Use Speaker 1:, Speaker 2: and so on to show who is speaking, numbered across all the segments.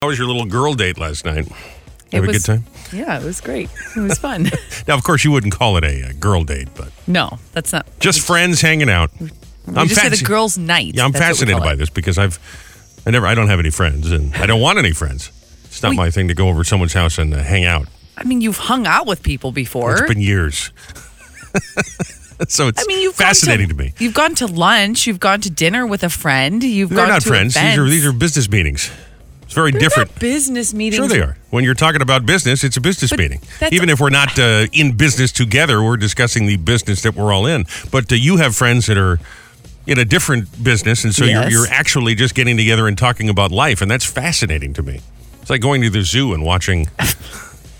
Speaker 1: How was your little girl date last night?
Speaker 2: It
Speaker 1: Have a
Speaker 2: was,
Speaker 1: good time.
Speaker 2: Yeah, it was great. It was fun.
Speaker 1: Now, of course, you wouldn't call it a, uh girl date, but
Speaker 2: no, that's not.
Speaker 1: just friends hanging out.
Speaker 2: We just had a girls' night.
Speaker 1: Yeah, I'm
Speaker 2: That's what we
Speaker 1: fascinated
Speaker 2: call
Speaker 1: by
Speaker 2: it.
Speaker 1: this because I've, I never, I don't have any friends, and I don't want any friends. It's not
Speaker 2: We-
Speaker 1: my thing to go over to someone's house and uh, hang out.
Speaker 2: I mean, you've hung out with people before.
Speaker 1: It's been years, so it's
Speaker 2: I mean, you've gone
Speaker 1: fascinating to me.
Speaker 2: You've gone to lunch. You've gone to dinner with a friend. You've
Speaker 1: They're
Speaker 2: gone
Speaker 1: not
Speaker 2: to
Speaker 1: friends. These are
Speaker 2: events.
Speaker 1: these are business meetings. It's very
Speaker 2: They're
Speaker 1: different.
Speaker 2: not business meetings.
Speaker 1: Sure, they are. When you're talking about business, it's a business
Speaker 2: But
Speaker 1: meeting.
Speaker 2: that's-
Speaker 1: Even if we're not uh, in business together, we're discussing the business that we're all in. But uh, you have friends that are in a different business, and so
Speaker 2: Yes.
Speaker 1: you're, you're actually just getting together and talking about life, and that's fascinating to me. It's like going to the zoo and watching.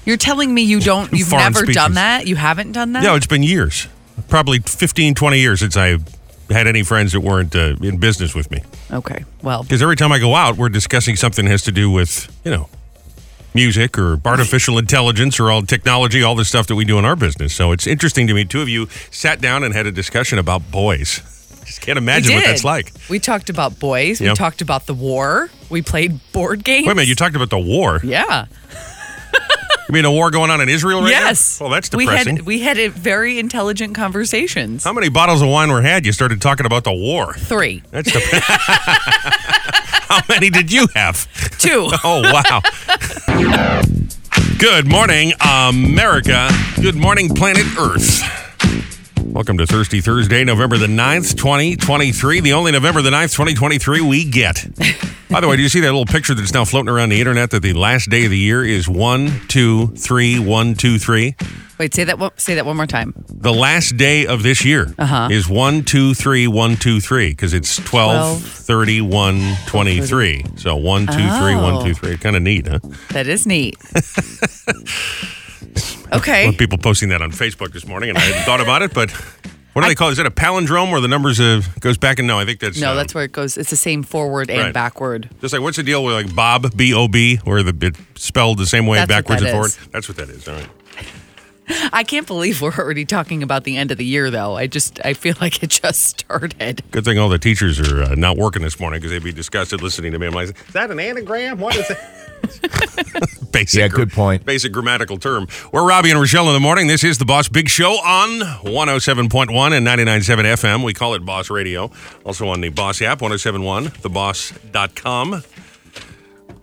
Speaker 2: You're telling me you don't. You've
Speaker 1: Foreign
Speaker 2: never
Speaker 1: species.
Speaker 2: done that. You haven't done that.
Speaker 1: No, it's been years, probably 15, 20 years since I had any friends that weren't uh, in business with me.
Speaker 2: okay. Well,
Speaker 1: Because every time I go out, we're discussing something that has to do with, you know, music or artificial intelligence or all technology, all the stuff that we do in our business. So it's interesting to me. Two of you sat down and had a discussion about boys. Just can't
Speaker 2: we
Speaker 1: imagine what
Speaker 2: did.
Speaker 1: that's like.
Speaker 2: We talked about boys.
Speaker 1: Yeah.
Speaker 2: We talked about the war. We played board games.
Speaker 1: Wait a minute, you talked about the war.
Speaker 2: yeah.
Speaker 1: You mean a war going on in Israel right now?
Speaker 2: yes.
Speaker 1: Well, that's
Speaker 2: We
Speaker 1: depressing.
Speaker 2: had we had a very intelligent conversations.
Speaker 1: How many bottles of wine were had? You started talking about the war.
Speaker 2: Three,
Speaker 1: That's the. How many did you have?
Speaker 2: two.
Speaker 1: Oh, wow. Good morning, America. Good morning, planet Earth. Welcome to Thirsty Thursday, November the 9th, 2023. The only November the 9th, 2023 we get. By the way, do you see that little picture that's now floating around the internet that the last day of the year is one, two, three, one, two, three?
Speaker 2: Wait, say that. one- Say that one more time.
Speaker 1: The last day of this year is one, two, three, one, two, three, because it's 12, 31, 23. So one, two, three, one, two,
Speaker 2: Oh.
Speaker 1: three. Kind of neat, huh?
Speaker 2: That is neat.
Speaker 1: Well,
Speaker 2: okay.
Speaker 1: people posting that on Facebook this morning, and I hadn't thought about it, but what do they call it? Is that a palindrome where the numbers uh, goes back and no? I think that's
Speaker 2: No,
Speaker 1: um,
Speaker 2: that's where it goes. It's the same forward and
Speaker 1: Right.
Speaker 2: backward.
Speaker 1: just like what's the deal with like Bob B O B where the bit spelled the same way
Speaker 2: That's what
Speaker 1: backwards
Speaker 2: that
Speaker 1: and forward.
Speaker 2: is.
Speaker 1: That's what that is. All right.
Speaker 2: I can't believe we're already talking about the end of the year, though. I just, I feel like it just started.
Speaker 1: Good thing all the teachers are uh, not working this morning because they'd be disgusted listening to me. I'm like, is that an anagram? What is that? basic,
Speaker 3: Yeah, good point.
Speaker 1: Basic grammatical term. We're Robbie and Rochelle in the morning. This is the Boss Big Show on 107.1 and 99.7 FM. We call it Boss Radio. Also on the Boss app, 107.1, theboss.com.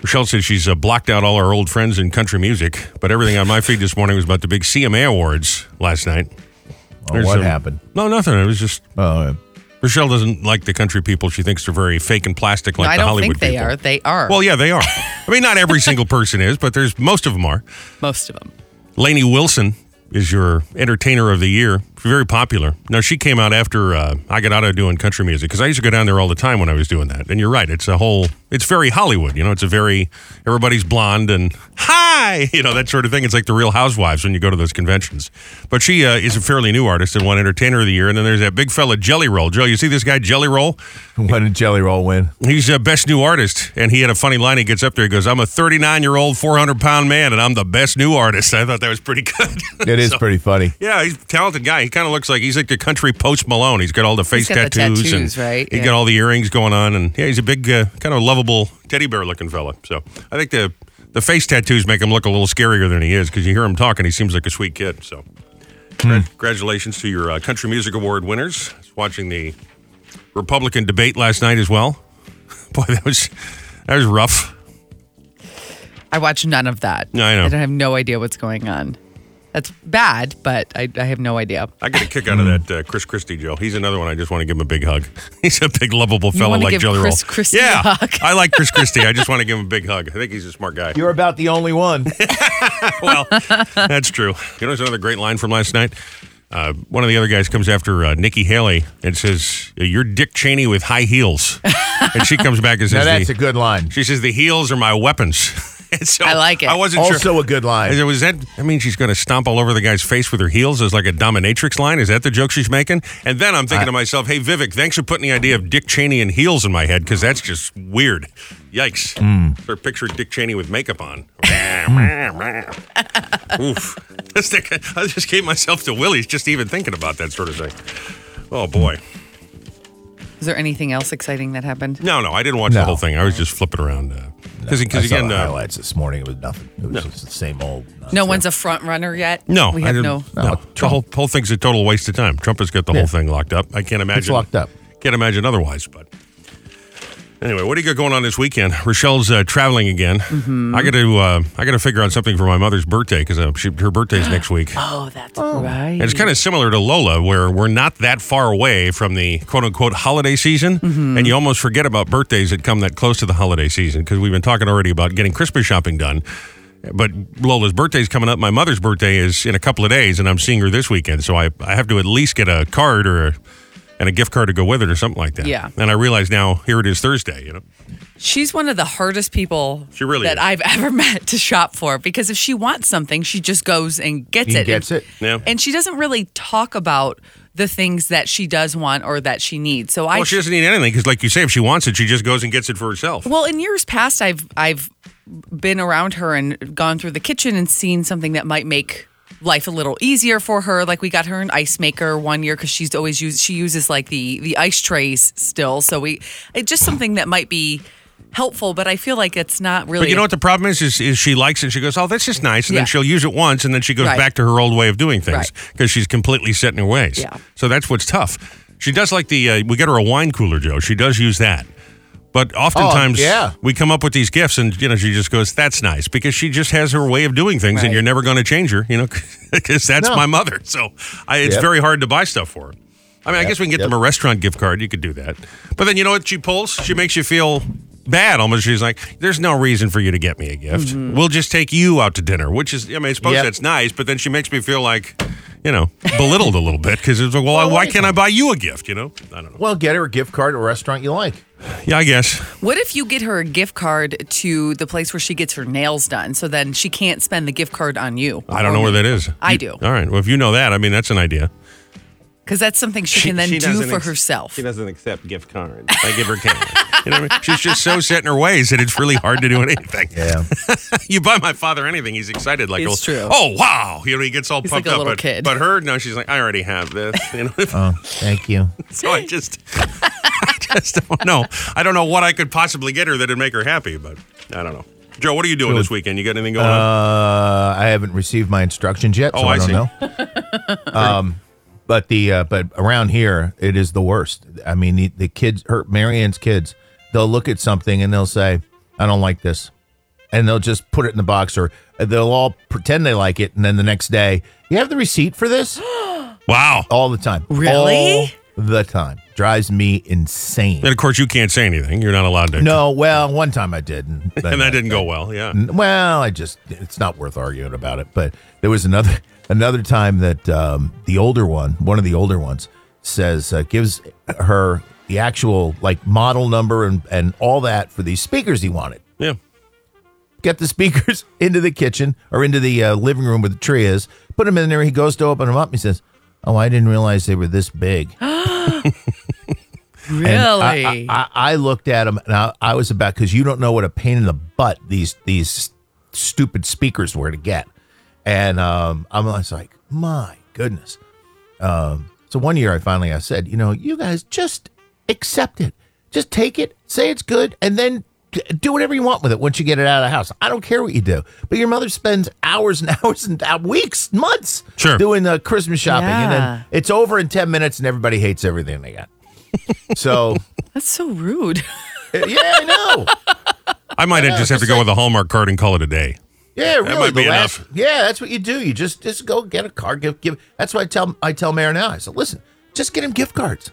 Speaker 1: Rochelle said she's uh, blocked out all our old friends in country music, but everything on my feed this morning was about the big CMA Awards last night.
Speaker 3: Well,
Speaker 1: There's
Speaker 3: Oh, what
Speaker 1: a-
Speaker 3: happened?
Speaker 1: No, nothing. It was just
Speaker 3: Oh, uh,
Speaker 1: Rochelle doesn't like the country people. She thinks they're very fake and plastic, like
Speaker 2: I
Speaker 1: the
Speaker 2: don't
Speaker 1: Hollywood
Speaker 2: think they
Speaker 1: people.
Speaker 2: are. They are.
Speaker 1: Well, yeah, they are. I mean, not every single person is, but there's most of them are.
Speaker 2: most of them.
Speaker 1: Lainey Wilson is your entertainer of the year. Very popular. Now she came out after uh, I got out of doing country music because I used to go down there all the time when I was doing that. And you're right, it's a whole. It's very Hollywood. You know, it's a very everybody's blonde and hi, you know that sort of thing. It's like the Real Housewives when you go to those conventions. But she uh, is a fairly new artist and won entertainer of the year. And then there's that big fella Jelly Roll. Joe, you see this guy Jelly Roll?
Speaker 3: when did Jelly Roll win?
Speaker 1: He's a best new artist, and he had a funny line. He gets up there, he goes, "I'm a 39 year old, 400 pound man, and I'm the best new artist." I thought that was pretty good.
Speaker 3: It is pretty funny.
Speaker 1: yeah, he's a talented guy. He kind of looks like he's like the country Post Malone. He's got all the face
Speaker 2: got the
Speaker 1: tattoos,
Speaker 2: tattoos,
Speaker 1: and
Speaker 2: right?
Speaker 1: He
Speaker 2: Yeah.
Speaker 1: has got all the earrings going on, and yeah, he's a big, uh, kind of lovable teddy bear looking fella. So I think the the face tattoos make him look a little scarier than he is because you hear him talking, he seems like a sweet kid. So Gra-
Speaker 3: Hmm.
Speaker 1: congratulations to your uh, country music award winners. I was watching the Republican debate last night as well. Boy, that was that was rough.
Speaker 2: I watch none of that.
Speaker 1: No, I know.
Speaker 2: I don't have no idea what's going on. That's bad, but I, I have no idea.
Speaker 1: I get a kick out of
Speaker 2: Mm.
Speaker 1: that uh, Chris Christie, Joe. He's another one. I just want to give him a big hug. He's a big, lovable fellow
Speaker 2: wanna
Speaker 1: like
Speaker 2: give
Speaker 1: Jelly
Speaker 2: Chris
Speaker 1: Roll.
Speaker 2: Christie a
Speaker 1: yeah,
Speaker 2: hug?
Speaker 1: I like Chris Christie. I just want to give him a big hug. I think he's a smart guy.
Speaker 3: You're about the only one.
Speaker 1: well, that's true. You know, there's another great line from last night. Uh, one of the other guys comes after uh, Nikki Haley and says, "Uh, "You're Dick Cheney with high heels," and she comes back and
Speaker 3: now
Speaker 1: says,
Speaker 3: that's
Speaker 1: the-
Speaker 3: a good line.
Speaker 1: "She says the heels are my weapons." And so
Speaker 2: I like it.
Speaker 1: I wasn't sure.
Speaker 3: Also a good
Speaker 1: Is it-
Speaker 3: line.
Speaker 1: Was that? I mean, she's going to stomp all over the guy's face with her heels as like a dominatrix line. Is that the joke she's making? And then I'm thinking to myself, "Hey, Vivek, thanks for putting the idea of Dick Cheney and heels in my head because that's just weird. Yikes!
Speaker 3: Hmm.
Speaker 1: Or picture Dick Cheney with makeup on. Mm. Oof! That's the- I just gave myself to willies just even thinking about that sort of thing. Oh boy!
Speaker 2: Is there anything else exciting that happened?
Speaker 1: No, no, I didn't watch the
Speaker 3: No.
Speaker 1: whole thing. I was just flipping around. Uh, Because
Speaker 3: I saw
Speaker 1: again,
Speaker 3: the
Speaker 1: uh,
Speaker 3: highlights this morning. It was nothing. It was just the same old.
Speaker 2: No one's a front runner yet.
Speaker 1: no,
Speaker 2: we
Speaker 1: I
Speaker 2: have
Speaker 1: didn't-
Speaker 2: no.
Speaker 1: no.
Speaker 3: No,
Speaker 1: The whole whole thing's a total waste of time. Trump has got the
Speaker 3: Yeah.
Speaker 1: whole thing locked up. I can't imagine.
Speaker 3: locked up.
Speaker 1: Can't imagine otherwise. But anyway, what do you got going on this weekend? Rochelle's uh, traveling again.
Speaker 2: Mm-hmm.
Speaker 1: I got to uh, I got to figure out something for my mother's birthday because uh, she- her birthday's next week.
Speaker 2: Oh, that's right.
Speaker 1: And it's kind of similar to Lola, where we're not that far away from the quote unquote holiday season.
Speaker 3: Mm-hmm.
Speaker 1: And you almost forget about birthdays that come that close to the holiday season because we've been talking already about getting Christmas shopping done. But Lola's birthday's coming up. My mother's birthday is in a couple of days, and I'm seeing her this weekend. So I, I have to at least get a card or a, and a gift card to go with it or something like that.
Speaker 2: Yeah.
Speaker 1: And I realize now here it is Thursday, you know.
Speaker 2: She's one of the hardest people
Speaker 1: She really
Speaker 2: that
Speaker 1: is.
Speaker 2: I've ever met to shop for because if she wants something, she just goes and gets
Speaker 3: And
Speaker 2: it.
Speaker 3: gets
Speaker 2: and,
Speaker 3: it.
Speaker 1: Yeah.
Speaker 2: And she doesn't really talk about the things that she does want or that she needs. So I
Speaker 1: Well, she doesn't need anything because, like you say, if she wants it, she just goes and gets it for herself.
Speaker 2: Well, in years past, I've I've been around her and gone through the kitchen and seen something that might make life a little easier for her. Like we got her an ice maker one year because she's always used she uses like the the ice trays still. So we it's just something that might be helpful, but I feel like it's not really.
Speaker 1: But you know what the problem is, is? Is she likes it. She goes, oh, that's just nice. And
Speaker 2: Yeah.
Speaker 1: then she'll use it once, and then she goes
Speaker 2: Right.
Speaker 1: back to her old way of doing things
Speaker 2: Right.
Speaker 1: because she's completely set in her ways.
Speaker 2: Yeah.
Speaker 1: So that's what's tough. She does like the, uh, we got her a wine cooler, Joe. She does use that. But oftentimes,
Speaker 3: Oh, yeah.
Speaker 1: we come up with these gifts, and you know, she just goes, "That's nice," because she just has her way of doing things, and
Speaker 2: Right.
Speaker 1: you're never going to change her, you know, because that's
Speaker 3: No.
Speaker 1: my mother. So I, it's
Speaker 3: Yep.
Speaker 1: very hard to buy stuff for her. I mean, I guess we can get
Speaker 3: yep.
Speaker 1: them a restaurant gift card. You could do that. But then you know what she pulls? She makes you feel bad almost. She's like, there's no reason for you to get me a gift. We'll just take you out to dinner, which is, I mean, I suppose
Speaker 3: Mm-hmm. Yep.
Speaker 1: that's nice, but then she makes me feel like, you know, belittled a little bit because it's like, well, I- why can't I buy you a gift, you know? I don't know.
Speaker 3: Well, get her a gift card at a restaurant you like.
Speaker 1: Yeah, I guess.
Speaker 2: What if you get her a gift card to the place where she gets her nails done? So then she can't spend the gift card on you.
Speaker 1: I don't know where that is.
Speaker 2: I
Speaker 1: You-
Speaker 2: do.
Speaker 1: All right. Well, if you know that, I mean, that's an idea.
Speaker 2: because that's something she, can then do
Speaker 4: doesn't
Speaker 2: for
Speaker 4: ex-
Speaker 2: herself.
Speaker 4: She doesn't accept gift cards.
Speaker 1: I give her candy. You know what I mean? She's just so set in her ways that it's really hard to do anything.
Speaker 3: Yeah.
Speaker 1: you buy my father anything, he's excited. Like,
Speaker 2: It's
Speaker 1: oh,
Speaker 2: true.
Speaker 1: Oh wow, you know, he gets all
Speaker 2: He's
Speaker 1: pumped
Speaker 2: like a
Speaker 1: up.
Speaker 2: little
Speaker 1: but,
Speaker 2: kid.
Speaker 1: but her, no, she's like, I already have this. You know,
Speaker 3: oh, thank you.
Speaker 1: so I just, I just don't know. I don't know what I could possibly get her that'd make her happy, but I don't know. Joe, what are you doing this weekend? You got anything going on?
Speaker 3: Uh, I haven't received my instructions yet, so
Speaker 1: Oh,
Speaker 3: I,
Speaker 1: I
Speaker 3: don't
Speaker 1: see.
Speaker 3: know. um, but the uh, but around here, it is the worst. I mean, the, the kids, her Marianne's kids, they'll look at something and they'll say, "I don't like this," and they'll just put it in the box, or uh, they'll all pretend they like it, and then the next day, you have the receipt for this
Speaker 1: Wow.
Speaker 3: all the time,
Speaker 2: Really?
Speaker 3: all the time, drives me insane.
Speaker 1: And of course, you can't say anything. You're not allowed to.
Speaker 3: No, well, one time I did, and,
Speaker 1: And that didn't go well. Yeah.
Speaker 3: Well, I just it's not worth arguing about it. But there was another another time that um, the older one, one of the older ones, says uh, gives her the actual like model number and and all that for these speakers he wanted.
Speaker 1: Yeah.
Speaker 3: Get the speakers into the kitchen or into the uh, living room where the tree is. Put them in there. He goes to open them up. He says, "Oh, I didn't realize they were this big."
Speaker 2: Really?
Speaker 3: And I, I, I I looked at him and I, I was about because you don't know what a pain in the butt these these stupid speakers were to get, and um, I'm I was like, my goodness. Um, so one year I finally I said, you know, you guys just accept it, just take it, say it's good, and then. d- Do whatever you want with it once you get it out of the house. I don't care what you do. But your mother spends hours and hours and hou- weeks, months
Speaker 1: Sure.
Speaker 3: doing the Christmas shopping. And
Speaker 2: Yeah.
Speaker 3: then it's over in 10 minutes and everybody hates everything they got. So
Speaker 2: that's so rude.
Speaker 3: yeah, I know.
Speaker 1: I might just have to go with a Hallmark card and call it a day.
Speaker 3: Yeah, really.
Speaker 1: might
Speaker 3: the
Speaker 1: be
Speaker 3: last-
Speaker 1: enough.
Speaker 3: Yeah, that's what you do. You just just go get a card. Give give. That's why I tell I tell Mayor now. I said, listen, just get him gift cards,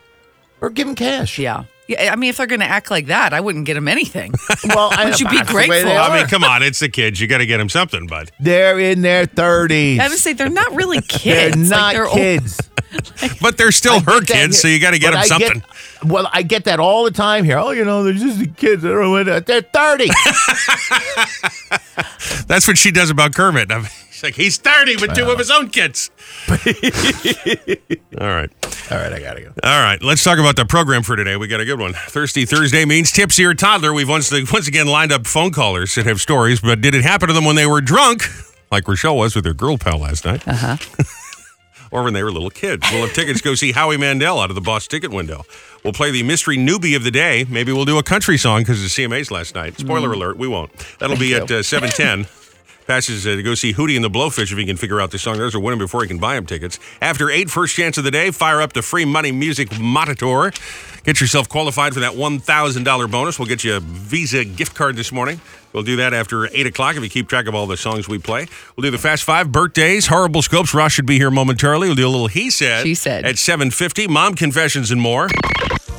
Speaker 3: or give him cash.
Speaker 2: Yeah. Yeah, I mean, if they're going to act like that, I wouldn't get them anything.
Speaker 3: Well, I,
Speaker 2: Would you be
Speaker 3: that's the way
Speaker 2: grateful?
Speaker 3: They
Speaker 1: I
Speaker 3: are.
Speaker 1: mean, come on, it's the kids. You got to get them something, bud.
Speaker 3: they're in their thirties.
Speaker 2: I would say they're not really
Speaker 3: They're
Speaker 2: kids.
Speaker 3: not
Speaker 2: like, they're old-
Speaker 3: kids.
Speaker 1: But they're still her
Speaker 3: Get that
Speaker 1: kids, so
Speaker 3: here.
Speaker 1: you got to get
Speaker 3: But
Speaker 1: them
Speaker 3: I
Speaker 1: something.
Speaker 3: well, I get that all the time here. Oh, you know, they're just the kids. I don't know what- They're thirty.
Speaker 1: That's what she does about Kermit. I'm, she's like, he's 30 with two of his own kids. All right.
Speaker 3: all right, I gotta go.
Speaker 1: All right. Let's talk about the program for today. We got a good one. Thirsty Thursday means tipsy or toddler. We've once, once again lined up phone callers that have stories, but
Speaker 2: Uh-huh.
Speaker 1: did it happen to them when they were drunk, like Rochelle was with her girl pal last night? Uh huh. or when they were little kids. We'll have tickets to go see Howie Mandel out of the Boss Ticket window. We'll play the mystery newbie of the day. Maybe we'll do a country song because it's CMA's last night. Spoiler alert, we won't. That'll be at uh, 710. Passes uh, to go see Hootie and the Blowfish if he can figure out this song. There's a winner before he can buy him tickets. After eight, first chance of the day, fire up the free money music monitor. Get yourself qualified for that $1,000 bonus. We'll get you a Visa gift card this morning. We'll do that after 8 o'clock if you keep track of all the songs we play. We'll do the Fast Five, birthdays, horrible scopes. Ross should be here momentarily. We'll do a little He Said,
Speaker 2: She Said.
Speaker 1: at 7.50. Mom confessions and more.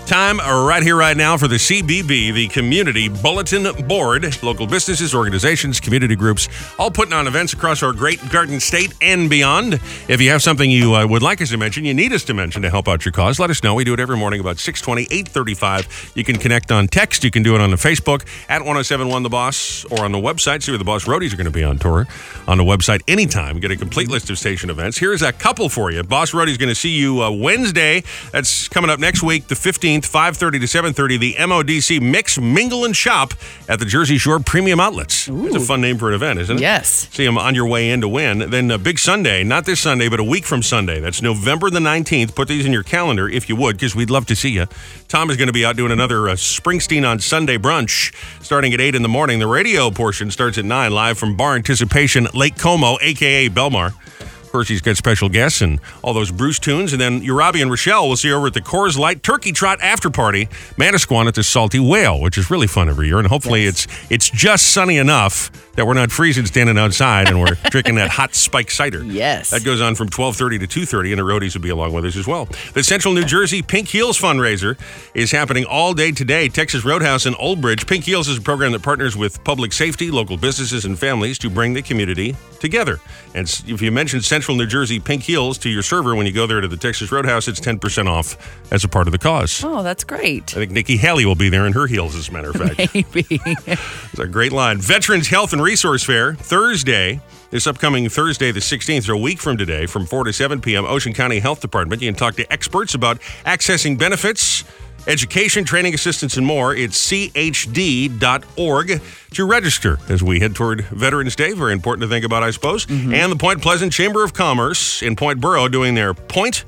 Speaker 1: Time right here, right now for the CBB, the Community Bulletin Board. Local businesses, organizations, community groups, all putting on events across our great garden state and beyond. If you have something you uh, would like us to mention, you need us to mention to help out your cause, let us know. We do it every morning about 620, 835. You can connect on text. You can do it on the Facebook at 1071 The Boss or on the website. See where the Boss Roadies are going to be on tour on the website anytime. Get a complete list of station events. Here's a couple for you. Boss Roadie's going to see you uh, Wednesday. That's coming up next week, the 15th, 5.30 to 7.30, the MODC Mix Mingle and Shop at the Jersey Shore Premium Outlets. It's a fun name for an event, isn't it?
Speaker 2: Yes.
Speaker 1: See them on your way in to win. Then uh, Big Sunday, not this Sunday, but a week from Sunday. That's November the 19th. Put these in your calendar if you would, because we'd love to see you. Tom is going to be out doing another uh, Springsteen on Sunday brunch starting at 8 in the morning. The radio portion starts at 9, live from Bar Anticipation, Lake Como, a.k.a. Belmar. Of course, he's got special guests and all those Bruce tunes. And then Urabi and Rochelle will see you over at the Coors Light Turkey Trot After Party, Manasquan at the Salty Whale, which is really fun every year. And hopefully it's it's just sunny enough that we're not freezing standing outside and we're drinking that hot spike cider.
Speaker 2: Yes.
Speaker 1: That goes on from 12.30 to 2.30, and the roadies will be along with us as well. The Central New Jersey Pink Heels fundraiser is happening all day today. Texas Roadhouse in Old Bridge. Pink Heels is a program that partners with public safety, local businesses, and families to bring the community together. And s- if you mention Central New Jersey Pink Heels to your server when you go there to the Texas Roadhouse, it's 10% off as a part of the cause.
Speaker 2: Oh, that's great.
Speaker 1: I think Nikki Haley will be there in her heels, as a matter of fact.
Speaker 2: Maybe.
Speaker 1: It's a great line. Veterans Health and Resource Fair, Thursday. This upcoming Thursday, the 16th, or a week from today, from 4 to 7 p.m., Ocean County Health Department. You can talk to experts about accessing benefits, education, training assistance, and more. It's chd.org to register as we head toward Veterans Day. Very important to think about, I suppose. And the Point Pleasant Chamber of Commerce in Point Borough doing their Point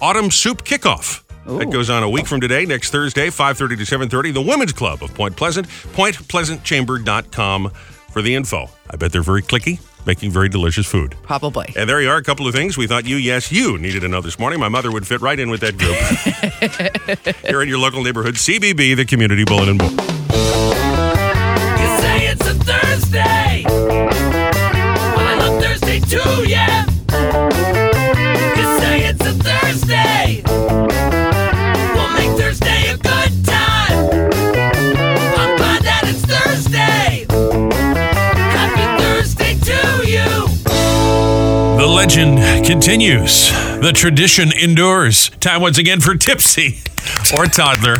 Speaker 1: Autumn Soup Kickoff. That goes on a week from today, next Thursday, 5.30 to 7.30, the Women's Club of Point Pleasant, pointpleasantchamber.com for the info. I bet they're very clicky, making very delicious food.
Speaker 2: Probably.
Speaker 1: And there you are, a couple of things we thought you, yes, you needed to know this morning. My mother would fit right in with that group. Here in your local neighborhood, CBB, the Community Bulletin Board.
Speaker 5: You say it's a Thursday. Well, I love Thursday too, yeah. You say it's a Thursday. We'll make Thursday a good time. I'm glad that it's Thursday. Happy Thursday to you.
Speaker 6: The legend continues. The tradition endures. Time once again for Tipsy or Toddler.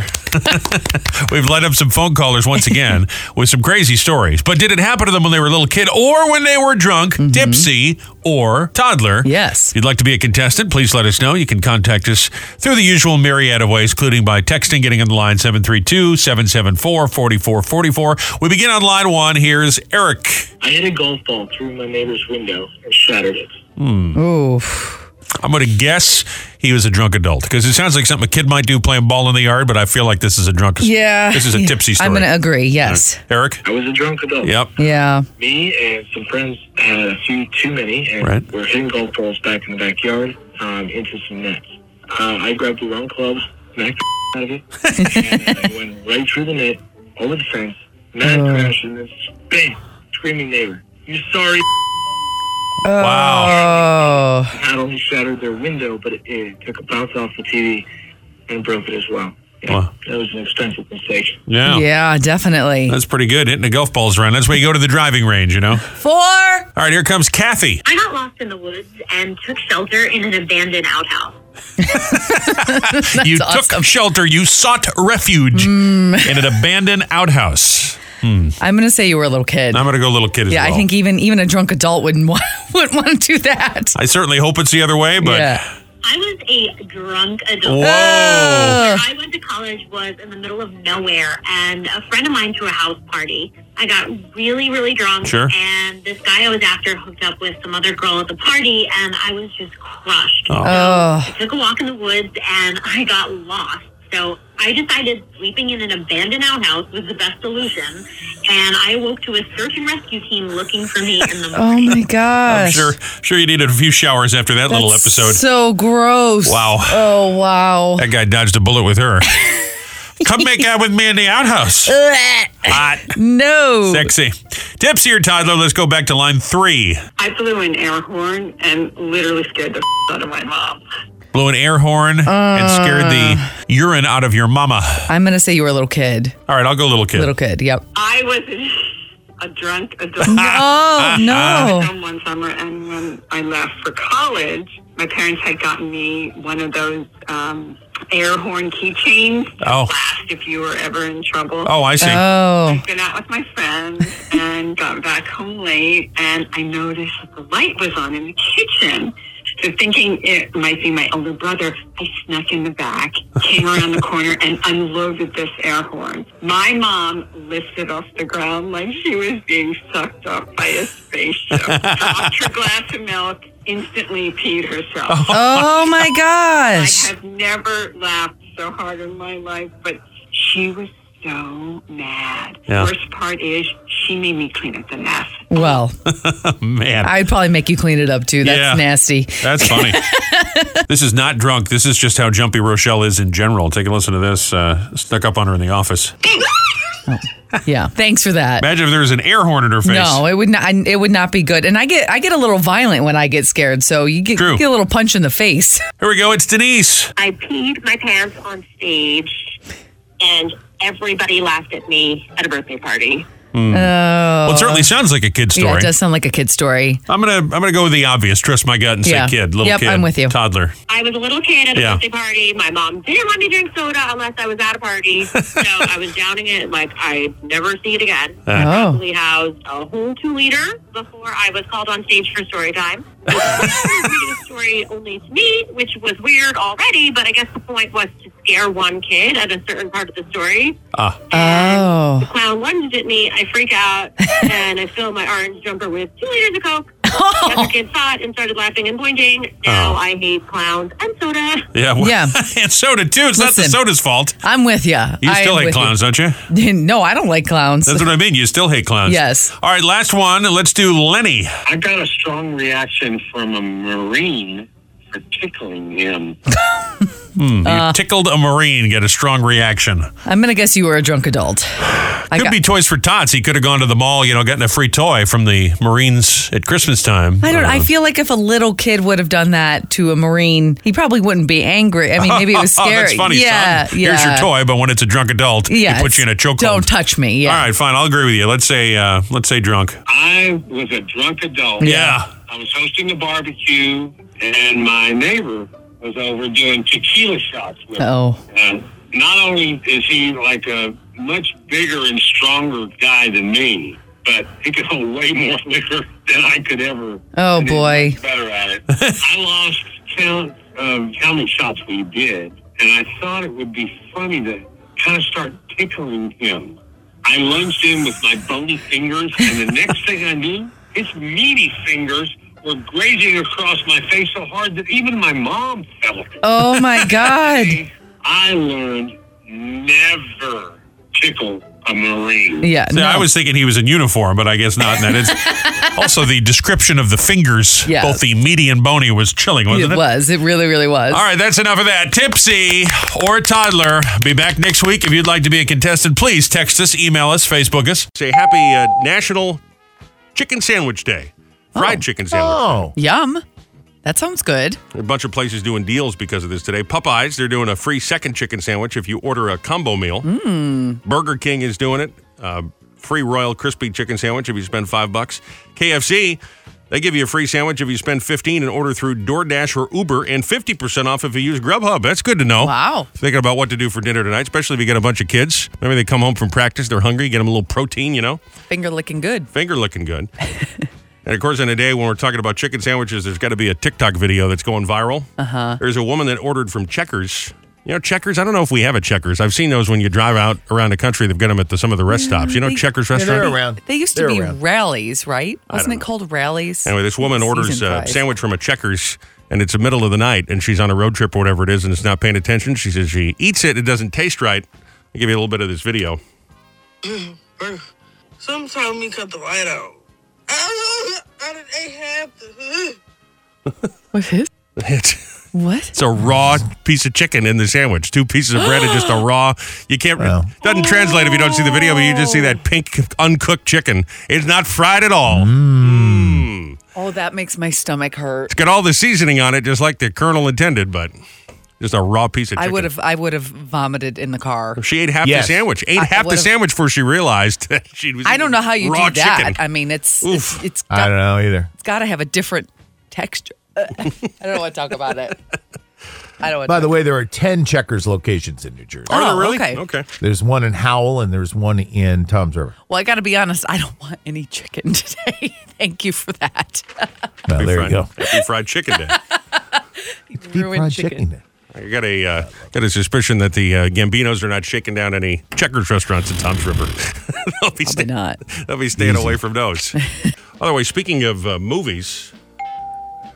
Speaker 6: We've lined up some phone callers once again with some crazy stories. But did it happen to them when they were a little kid or when they were drunk, tipsy, or toddler?
Speaker 2: Yes.
Speaker 6: If you'd like to be a contestant, please let us know. You can contact us through the usual myriad of ways, including by texting, getting on the line 732 774 4444. We begin on line one. Here's Eric.
Speaker 7: I hit a golf ball through my neighbor's window and shattered it.
Speaker 2: Oof.
Speaker 6: Hmm. I'm going to guess he was a drunk adult because it sounds like something a kid might do playing ball in the yard, but I feel like this is a drunk.
Speaker 2: Yeah.
Speaker 6: This is a tipsy story.
Speaker 2: I'm going to agree. Yes.
Speaker 6: Eric?
Speaker 7: I was a drunk adult.
Speaker 6: Yep.
Speaker 2: Yeah.
Speaker 7: Me and some friends had a few too many, and
Speaker 6: Right.
Speaker 7: we're hitting golf balls back in the backyard um, into some nets. Uh, I grabbed the wrong club, knocked the out of it, and I went right through the net, over the fence, mad crash, and then bang, screaming neighbor. You sorry
Speaker 6: Wow.
Speaker 2: Oh.
Speaker 7: not only shattered their window, but it, it took a bounce off the TV and broke it as well. Yeah,
Speaker 6: Wow.
Speaker 7: That was an expensive mistake.
Speaker 6: Yeah.
Speaker 2: Yeah, definitely.
Speaker 6: That's pretty good. Hitting a golf ball's around. That's where you go to the driving range, you know? All
Speaker 2: Four.
Speaker 6: right, here comes Kathy.
Speaker 8: I got lost in the woods and took shelter in an abandoned outhouse.
Speaker 6: you took shelter. You sought refuge
Speaker 2: Hmm.
Speaker 6: in an abandoned outhouse. Hmm.
Speaker 2: I'm going to say you were a little kid.
Speaker 6: I'm going to go little kid as
Speaker 2: yeah,
Speaker 6: well.
Speaker 2: I think even even a drunk adult wouldn't want, wouldn't want to do that.
Speaker 6: I certainly hope it's the other way, but
Speaker 2: yeah.
Speaker 8: I was a drunk adult.
Speaker 1: Whoa.
Speaker 8: Where I went to college was in the middle of nowhere, and a friend of mine threw a house party. I got really, really drunk,
Speaker 1: Sure.
Speaker 8: and this guy I was after hooked up with some other girl at the party, and I was just crushed.
Speaker 2: Oh,
Speaker 8: I took a walk in the woods, and I got lost. So I decided sleeping in an abandoned outhouse was the best solution, and I awoke to a search and rescue team looking for me in the morning.
Speaker 2: oh my gosh.
Speaker 1: I'm sure, sure you needed a few showers after that little
Speaker 2: That's
Speaker 1: episode.
Speaker 2: So gross.
Speaker 1: Wow.
Speaker 2: Oh wow.
Speaker 1: that guy dodged a bullet with her. Come make out with me in the outhouse. Hot,
Speaker 2: No.
Speaker 1: sexy. Tipsy or toddler, let's go back to line three.
Speaker 9: I blew an air horn and literally scared the out of my mom.
Speaker 1: Blew an air horn and scared the urine out of your mama.
Speaker 2: Uh. I'm gonna say you were a little kid.
Speaker 1: All right, I'll go little kid.
Speaker 2: Little kid. Yep.
Speaker 9: I was a drunk adult.
Speaker 2: Oh no.
Speaker 9: home one summer, and when I left for college, my parents had gotten me one of those um, air horn keychains.
Speaker 1: Oh.
Speaker 9: Last, if you were ever in trouble.
Speaker 1: oh, I see.
Speaker 2: Oh.
Speaker 9: Been out with my friends and got back home late, and I noticed that the light was on in the kitchen. So thinking it might be my older brother, I snuck in the back, came around the corner, and unloaded this air horn. My mom lifted off the ground like she was being sucked up by a spaceship. Dropped her glass of milk, instantly peed herself.
Speaker 2: Oh my
Speaker 9: I
Speaker 2: gosh.
Speaker 9: have never laughed so hard in my life, but she was so mad.
Speaker 1: Yeah.
Speaker 9: Worst part is she made me clean up the mess.
Speaker 2: Well,
Speaker 1: Man,
Speaker 2: I'd probably make you clean it up too. That's
Speaker 1: Yeah.
Speaker 2: nasty.
Speaker 1: that's funny. this is not drunk. This is just how jumpy Rochelle is in general. Take a listen to this. Uh, stuck up on her in the office.
Speaker 2: Oh, Yeah. Thanks for that.
Speaker 1: Imagine if there was an air horn in her face.
Speaker 2: No, it would not. I, it would not be good. And I get I get a little violent when I get scared. So you get,
Speaker 1: True.
Speaker 2: get a little punch in the face.
Speaker 1: Here we go. It's Denise.
Speaker 8: I peed my pants on stage, and everybody laughed at me at a birthday party.
Speaker 1: Hmm. well, it certainly sounds like a kid story.
Speaker 2: Oh. Yeah, it does sound like a kid story.
Speaker 1: I'm gonna I'm gonna go with the obvious. Trust my gut and say
Speaker 2: Yeah.
Speaker 1: kid, little
Speaker 2: Yep,
Speaker 1: kid,
Speaker 2: I'm with you.
Speaker 1: toddler.
Speaker 8: I was a little kid at a
Speaker 1: Yeah.
Speaker 8: birthday party. My mom didn't let me drink soda unless I was at a party. so I was downing it like I never see it again. I probably housed a whole two liter before I was called on stage for story time. They were reading a story only to me, which was weird already, but I guess the point was to scare one kid at a certain part of the story.
Speaker 1: Ah.
Speaker 8: And
Speaker 2: Oh,
Speaker 8: clown lunges at me. I freak out and I fill my orange jumper with two liters of Coke. The other kid saw it and started laughing and pointing. Now I hate clowns and soda.
Speaker 1: Yeah, well,
Speaker 2: Yeah.
Speaker 1: and soda too. It's not the
Speaker 2: Listen.
Speaker 1: soda's fault.
Speaker 2: I'm with you.
Speaker 1: You still hate clowns, don't you?
Speaker 2: no, I don't like clowns.
Speaker 1: That's what I mean. You still hate clowns.
Speaker 2: Yes.
Speaker 1: All right, last one. Let's do Lenny.
Speaker 7: I got a strong reaction from a Marine for tickling him.
Speaker 1: You Hmm,
Speaker 2: Uh.
Speaker 1: tickled a marine, get a strong reaction.
Speaker 2: I'm gonna guess you were a drunk adult. I
Speaker 1: Could
Speaker 2: got-
Speaker 1: be toys for tots. He could have gone to the mall, you know, gotten a free toy from the Marines at Christmas time.
Speaker 2: I don't.
Speaker 1: Uh,
Speaker 2: I feel like if a little kid would have done that to a marine, he probably wouldn't be angry. I mean, maybe it was
Speaker 1: oh,
Speaker 2: scary.
Speaker 1: that's funny.
Speaker 2: yeah,
Speaker 1: son.
Speaker 2: yeah.
Speaker 1: Here's your toy, but when it's a drunk adult,
Speaker 2: Yeah,
Speaker 1: he puts you in a chokehold.
Speaker 2: Don't touch me. Yeah.
Speaker 1: All right, fine. I'll agree with you. Let's say, uh, let's say drunk.
Speaker 7: I was a drunk adult.
Speaker 1: Yeah.
Speaker 7: I was hosting a barbecue, and my neighbor was over doing tequila shots with me.
Speaker 2: Oh,
Speaker 7: And not only is he like a much bigger and stronger guy than me, but he could hold way more liquor than I could ever.
Speaker 2: Oh,
Speaker 7: and he's
Speaker 2: boy.
Speaker 7: much Better at it. I lost count of how many shots we did, and I thought it would be funny to kind of start tickling him. I lunged in with my bony fingers, and the next thing I knew, his meaty fingers were grazing across my face so hard that even my mom felt it.
Speaker 2: oh my God.
Speaker 7: I learned never tickle a Marine.
Speaker 2: Yeah.
Speaker 1: See,
Speaker 2: no.
Speaker 1: I was thinking he was in uniform, but I guess not. And that it's also the description of the fingers,
Speaker 2: Yeah.
Speaker 1: both the meaty and bony, was chilling, wasn't it?
Speaker 2: It was. It really, really was.
Speaker 1: All right, that's enough of that. Tipsy or toddler. Be back next week. If you'd like to be a contestant, please text us, email us, Facebook us.
Speaker 10: Say happy uh, National Chicken Sandwich Day. Fried chicken sandwich.
Speaker 3: Oh,
Speaker 2: Yum. That sounds good.
Speaker 10: A bunch of places doing deals because of this today. Popeyes, they're doing a free second chicken sandwich if you order a combo meal.
Speaker 2: Mm.
Speaker 3: Hmm.
Speaker 10: Burger King is doing it. Uh, free Royal Crispy Chicken Sandwich if you spend five bucks. KFC, they give you a free sandwich if you spend 15 and order through DoorDash or Uber and 50% off if you use Grubhub. That's good to know.
Speaker 2: Wow.
Speaker 10: Thinking about what to do for dinner tonight, especially if you got a bunch of kids. Maybe they come home from practice, they're hungry, get them a little protein, you know?
Speaker 2: Finger licking good.
Speaker 10: Finger looking good.
Speaker 1: And of course, in a day when we're talking about chicken sandwiches, there's got to be a TikTok video that's going viral. Uh-huh. There's a woman that ordered from Checkers. You know, Checkers. I don't know if we have a Checkers. I've seen those when you drive out around the country. They've got them at the, some of the rest stops. You know, Checkers
Speaker 3: Yeah,
Speaker 1: restaurant.
Speaker 3: they're around.
Speaker 2: They used to
Speaker 3: They're
Speaker 2: be
Speaker 3: around.
Speaker 2: rallies, right? Wasn't it called rallies?
Speaker 1: Anyway, this woman
Speaker 2: Season
Speaker 1: orders a
Speaker 2: fries.
Speaker 1: sandwich from a Checkers, and it's the middle of the night, and she's on a road trip or whatever it is, and it's not paying attention. She says she eats it. It doesn't taste right. I'll give you a little bit of this video.
Speaker 11: Sometimes we cut the light out. I didn't have to.
Speaker 2: What's his?
Speaker 1: It's,
Speaker 2: What?
Speaker 1: it's a raw piece of chicken in the sandwich. Two pieces of bread and just a raw. You can't.
Speaker 3: Well.
Speaker 1: Doesn't translate if you don't see the video, but you just see that pink uncooked chicken. It's not fried at all.
Speaker 3: Mm.
Speaker 2: Oh, that makes my stomach hurt.
Speaker 1: It's got all the seasoning on it, just like the Colonel intended, but just a raw piece of chicken.
Speaker 2: I would have I would have vomited in the car.
Speaker 1: She ate half
Speaker 3: Yes.
Speaker 1: the sandwich. Ate
Speaker 2: I
Speaker 1: half the
Speaker 2: would've-
Speaker 1: sandwich before she realized that she was.
Speaker 2: I don't know how you
Speaker 1: raw
Speaker 2: do that.
Speaker 1: Chicken.
Speaker 2: I mean, it's
Speaker 1: Oof.
Speaker 2: it's, it's
Speaker 3: I don't
Speaker 2: got,
Speaker 3: know either.
Speaker 2: it's got to have a different texture. Uh, I don't want to talk about it. I don't want.
Speaker 3: By
Speaker 2: to
Speaker 3: the way, there are 10 Checkers locations in New Jersey.
Speaker 1: Are
Speaker 2: Oh,
Speaker 1: there really?
Speaker 2: okay.
Speaker 3: There's one in Howell and there's one in Tom's River.
Speaker 2: Well, I got to be honest. I don't want any chicken today. Thank you for that.
Speaker 3: Well, there you
Speaker 1: Fine.
Speaker 3: go.
Speaker 1: Happy fried chicken day.
Speaker 3: Deep
Speaker 2: Ruined
Speaker 3: fried
Speaker 2: chicken.
Speaker 3: chicken. day.
Speaker 1: I got a uh, got a suspicion that the uh, Gambinos are not shaking down any Checkers restaurants in Tom's River. they'll,
Speaker 2: Probably
Speaker 1: be stay-
Speaker 2: not.
Speaker 1: they'll be staying away from those. By the way, speaking of uh, movies,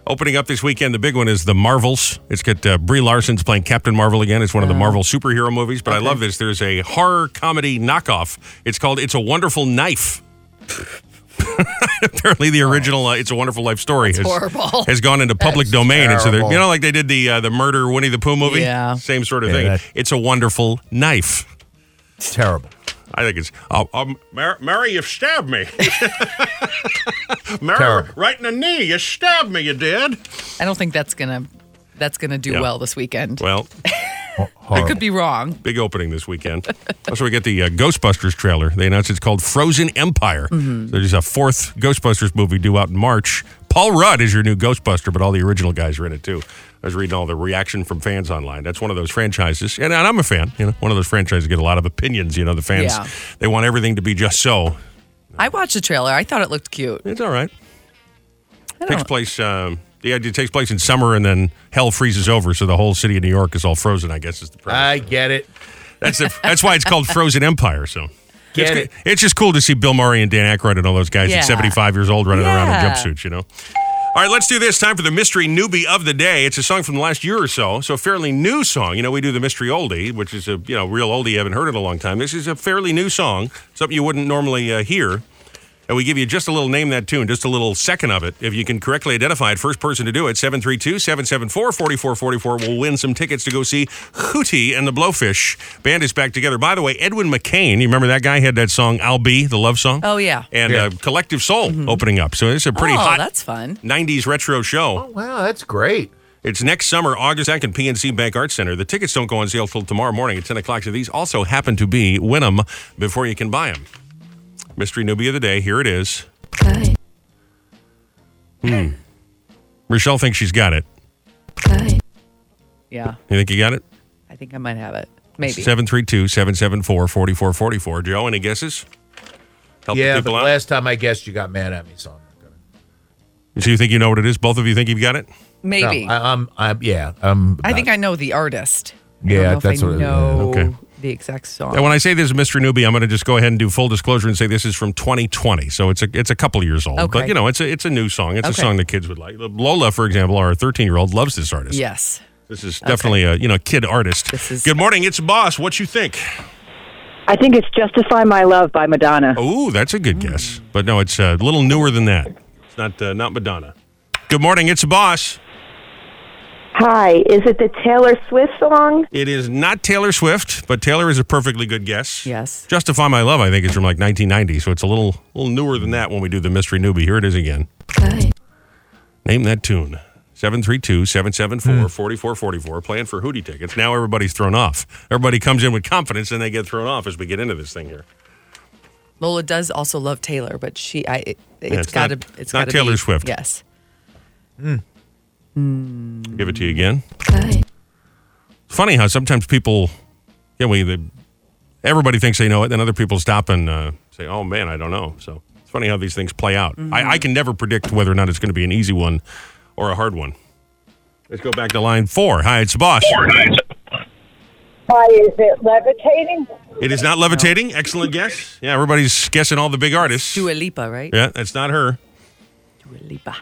Speaker 1: opening up this weekend, the big one is the Marvels. It's got uh, Brie Larson's playing Captain Marvel again. It's one of the Marvel superhero movies, but I love this. There's a horror comedy knockoff. It's called "It's a Wonderful Knife." Apparently, the original uh, "It's a Wonderful Life" story has,
Speaker 2: horrible.
Speaker 1: has gone into public domain, and so they're,
Speaker 3: terrible.
Speaker 1: you know, like they did the uh, the murder Winnie the Pooh movie.
Speaker 2: Yeah.
Speaker 1: same sort of
Speaker 3: Yeah,
Speaker 1: thing.
Speaker 3: that-
Speaker 1: It's a wonderful knife.
Speaker 3: It's terrible.
Speaker 1: I think it's oh, um, Mar- Mary, you stabbed me. Mary,
Speaker 3: Terrible.
Speaker 1: right in the knee. You stabbed me. You did.
Speaker 2: I don't think that's gonna that's gonna do
Speaker 1: Yeah.
Speaker 2: well this weekend.
Speaker 1: Well,
Speaker 2: I could be wrong.
Speaker 1: big opening this weekend. Also, we get the uh, Ghostbusters trailer. They announced it's called Frozen Empire.
Speaker 2: Mm-hmm.
Speaker 1: So there's a fourth Ghostbusters movie due out in March. Paul Rudd is your new Ghostbuster, but all the original guys are in it too. I was reading all the reaction from fans online. That's one of those franchises, and, and I'm a fan. You know, one of those franchises get a lot of opinions. You know, the fans
Speaker 2: Yeah.
Speaker 1: they want everything to be just so.
Speaker 2: I watched the trailer. I thought it looked cute.
Speaker 1: It's all right.
Speaker 2: I
Speaker 1: takes
Speaker 2: don't-
Speaker 1: place. Um, yeah, it takes place in summer, and then hell freezes over, so the whole city of New York is all frozen. I guess is the premise.
Speaker 3: I get it.
Speaker 1: That's the, that's why it's called Frozen Empire. So.
Speaker 3: Get
Speaker 1: it's,
Speaker 3: it.
Speaker 1: co- it's just cool to see Bill Murray and Dan Aykroyd and all those guys
Speaker 2: Yeah.
Speaker 1: at 75 years old running around in
Speaker 2: Yeah.
Speaker 1: jumpsuits, you know? All right, let's do this. Time for the mystery newbie of the day. It's a song from the last year or so, so a fairly new song. You know, we do the mystery oldie, which is a you know real oldie you haven't heard in a long time. This is a fairly new song, something you wouldn't normally uh, hear. And we give you just a little name that tune, just a little second of it. If you can correctly identify it, first person to do it, 732-774-4444 will win some tickets to go see Hootie and the Blowfish. Band is back together. By the way, Edwin McCain, you remember that guy had that song I'll Be, the love song?
Speaker 2: Oh, yeah. Mm-hmm.
Speaker 1: And
Speaker 3: Yeah.
Speaker 1: Uh, Collective Soul opening up. So it's a pretty
Speaker 2: oh,
Speaker 1: hot
Speaker 2: that's fun.
Speaker 1: 90s retro show.
Speaker 3: Oh, Wow, that's great.
Speaker 1: It's next summer, August 2nd, PNC Bank Arts Center. The tickets don't go on sale till tomorrow morning at 10 o'clock, so these also happen to be win 'em before you can buy them. Mystery newbie of the day, here it is.
Speaker 5: Cut.
Speaker 1: Rochelle thinks she's got it.
Speaker 5: Cut.
Speaker 2: Yeah,
Speaker 1: You think you got it?
Speaker 2: I think I might have it. Maybe.
Speaker 1: 732 774 4444. Joe, any guesses? Help the
Speaker 3: yeah, but
Speaker 1: people out.
Speaker 3: last time I guessed, you got mad at me, so I'm not gonna.
Speaker 1: so you think you know what it is? Both of you think you've got it?
Speaker 2: Maybe.
Speaker 3: No, I, I'm. I'm. Yeah. I'm.
Speaker 2: I think I know the artist. I
Speaker 3: Yeah,
Speaker 2: don't know if
Speaker 3: that's
Speaker 2: I
Speaker 3: what it is.
Speaker 2: know
Speaker 1: Okay.
Speaker 2: the exact song.
Speaker 1: And when I say this is Mr. Newbie, I'm going to just go ahead and do full disclosure and say this is from 2020. So it's a it's a couple years old, but
Speaker 2: Okay.
Speaker 1: you know it's a it's a new song. It's
Speaker 2: Okay.
Speaker 1: a song the kids would like. Lola, for example, our 13 year old loves this artist.
Speaker 2: yes.
Speaker 1: this is definitely a you know kid artist.
Speaker 2: This is-
Speaker 1: Good morning, it's Boss. What you think?
Speaker 12: I think it's Justify My Love by Madonna.
Speaker 1: Oh, that's a good guess, but no, it's a little newer than that. It's not uh, not Madonna. Good morning, it's Boss.
Speaker 12: Hi, is it the Taylor Swift song?
Speaker 1: It is not Taylor Swift, but Taylor is a perfectly good guess.
Speaker 2: Yes.
Speaker 1: Justify My Love, I think, is from like 1990, so it's a little little newer than that when we do the mystery newbie. Here it is again.
Speaker 5: Cut.
Speaker 1: Name that tune. 732-774-4444. Playing for Hootie tickets. Now everybody's thrown off. Everybody comes in with confidence and they get thrown off as we get into this thing here.
Speaker 2: Lola does also love Taylor, but she, I, it, has
Speaker 1: it's
Speaker 2: got to,
Speaker 1: not-
Speaker 2: it's
Speaker 1: not
Speaker 2: gotta
Speaker 1: Taylor
Speaker 2: be-
Speaker 1: Swift.
Speaker 2: Yes.
Speaker 1: Give it to you again.
Speaker 5: Cut.
Speaker 1: Funny how sometimes people, yeah, we, they, everybody thinks they know it, then other people stop and uh, say, oh man, I don't know. So It's funny how these things play out.
Speaker 2: Mm-hmm.
Speaker 1: I, I can never predict whether or not it's going to be an easy one or a hard one. Let's go back to line four. Hi, it's the boss.
Speaker 13: Why is it levitating?
Speaker 1: It is not levitating. Excellent guess. Yeah, everybody's guessing all the big artists.
Speaker 2: Dua Lipa, right?
Speaker 1: Yeah, that's not her.
Speaker 2: Dua Lipa.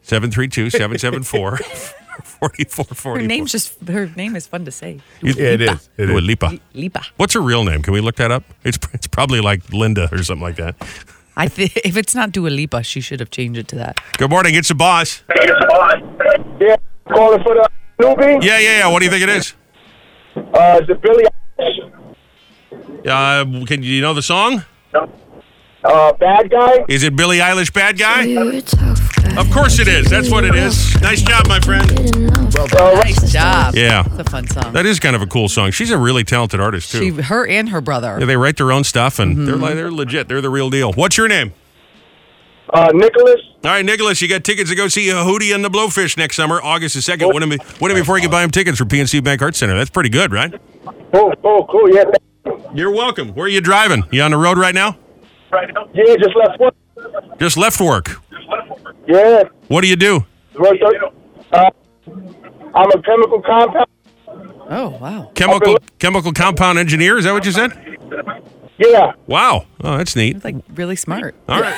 Speaker 1: 732 774 4444.
Speaker 2: Her name's just her name is fun to say.
Speaker 1: Yeah, it is. It Dua Lipa.
Speaker 2: Lipa.
Speaker 1: What's her real name? Can we look that up? It's, it's probably like Linda or something like that.
Speaker 2: I th- if it's not Dua Lipa, she should have changed it to that.
Speaker 1: Good morning. It's the boss.
Speaker 14: Yeah, calling for the newbie.
Speaker 1: Yeah, yeah, yeah. What do you think it is?
Speaker 14: Uh, is it Billy?
Speaker 1: Uh, can you know the song?
Speaker 14: Uh, bad guy.
Speaker 1: Is it Billie Eilish, Bad Guy? Of course it is. That's what it is. Nice job, my friend.
Speaker 2: Well,
Speaker 14: uh,
Speaker 2: nice job.
Speaker 1: Yeah.
Speaker 2: It's a fun song.
Speaker 1: That is kind of a cool song. She's a really talented artist too.
Speaker 2: She, her and her brother.
Speaker 1: Yeah, they write their own stuff, and they're like they're legit. They're the real deal. What's your name?
Speaker 14: Uh, Nicholas.
Speaker 1: All right, Nicholas, you got tickets to go see Hootie and the Blowfish next summer, August the second. Win them, win 'em before you can buy them tickets for PNC Bank Arts Center. That's pretty good, right?
Speaker 14: Cool, cool, Oh, cool. Yeah.
Speaker 1: You're welcome. Where are you driving? You on the road right now?
Speaker 14: Yeah, just left foot.
Speaker 1: Just left work.
Speaker 14: Yeah.
Speaker 1: What do you do?
Speaker 14: Right there. Uh, I'm a chemical compound.
Speaker 2: Oh wow.
Speaker 1: Chemical chemical compound engineer? Is that what you said?
Speaker 14: Yeah.
Speaker 1: Wow. Oh, that's neat.
Speaker 2: Like really smart.
Speaker 1: All right.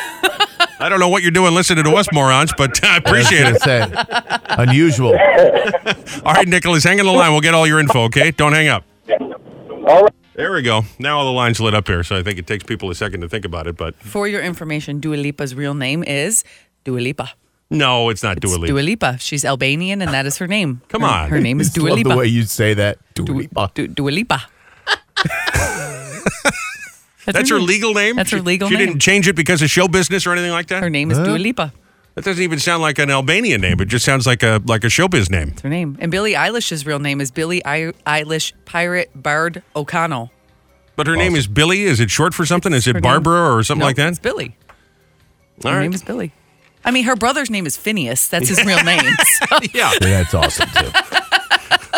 Speaker 1: I don't know what you're doing listening to us morons, but I appreciate
Speaker 3: I was
Speaker 1: it.
Speaker 3: gonna say, unusual.
Speaker 1: All right, Nicholas, hang on the line. We'll get all your info, okay? Don't hang up.
Speaker 14: All right.
Speaker 1: There we go. Now all the lines lit up here, so I think it takes people a second to think about it, but
Speaker 2: For your information, Dua Lipa's real name is Dua Lipa.
Speaker 1: no, it's not Dua Lipa.
Speaker 2: Dua Lipa. She's Albanian, and that is her name.
Speaker 1: Come
Speaker 2: Her-
Speaker 1: on.
Speaker 2: Her name is
Speaker 3: Just
Speaker 2: Dua
Speaker 3: love
Speaker 2: Lipa.
Speaker 3: the way you say that. Dua
Speaker 2: Du-
Speaker 3: Lipa.
Speaker 2: Du- Dua Lipa.
Speaker 1: That's her
Speaker 2: name.
Speaker 1: legal name?
Speaker 2: That's her
Speaker 1: She-
Speaker 2: legal
Speaker 1: she,
Speaker 2: name.
Speaker 1: didn't change it because of show business or anything like that?
Speaker 2: Her name is Dua Lipa.
Speaker 1: That doesn't even sound like an Albanian name. It just sounds like a like a showbiz name.
Speaker 2: That's her name. And Billie Eilish's real name is Billie I- Eilish Pirate Bard O'Connell.
Speaker 1: But her name is Billy. Is it short for something? Is
Speaker 2: her
Speaker 1: it
Speaker 2: name.
Speaker 1: Barbara or something
Speaker 2: No,
Speaker 1: like that?
Speaker 2: It's Billie.
Speaker 1: All
Speaker 2: her
Speaker 1: right.
Speaker 2: name is Billie. I mean, her brother's name is Phineas. That's his real name. So
Speaker 1: yeah.
Speaker 3: Yeah, that's awesome too.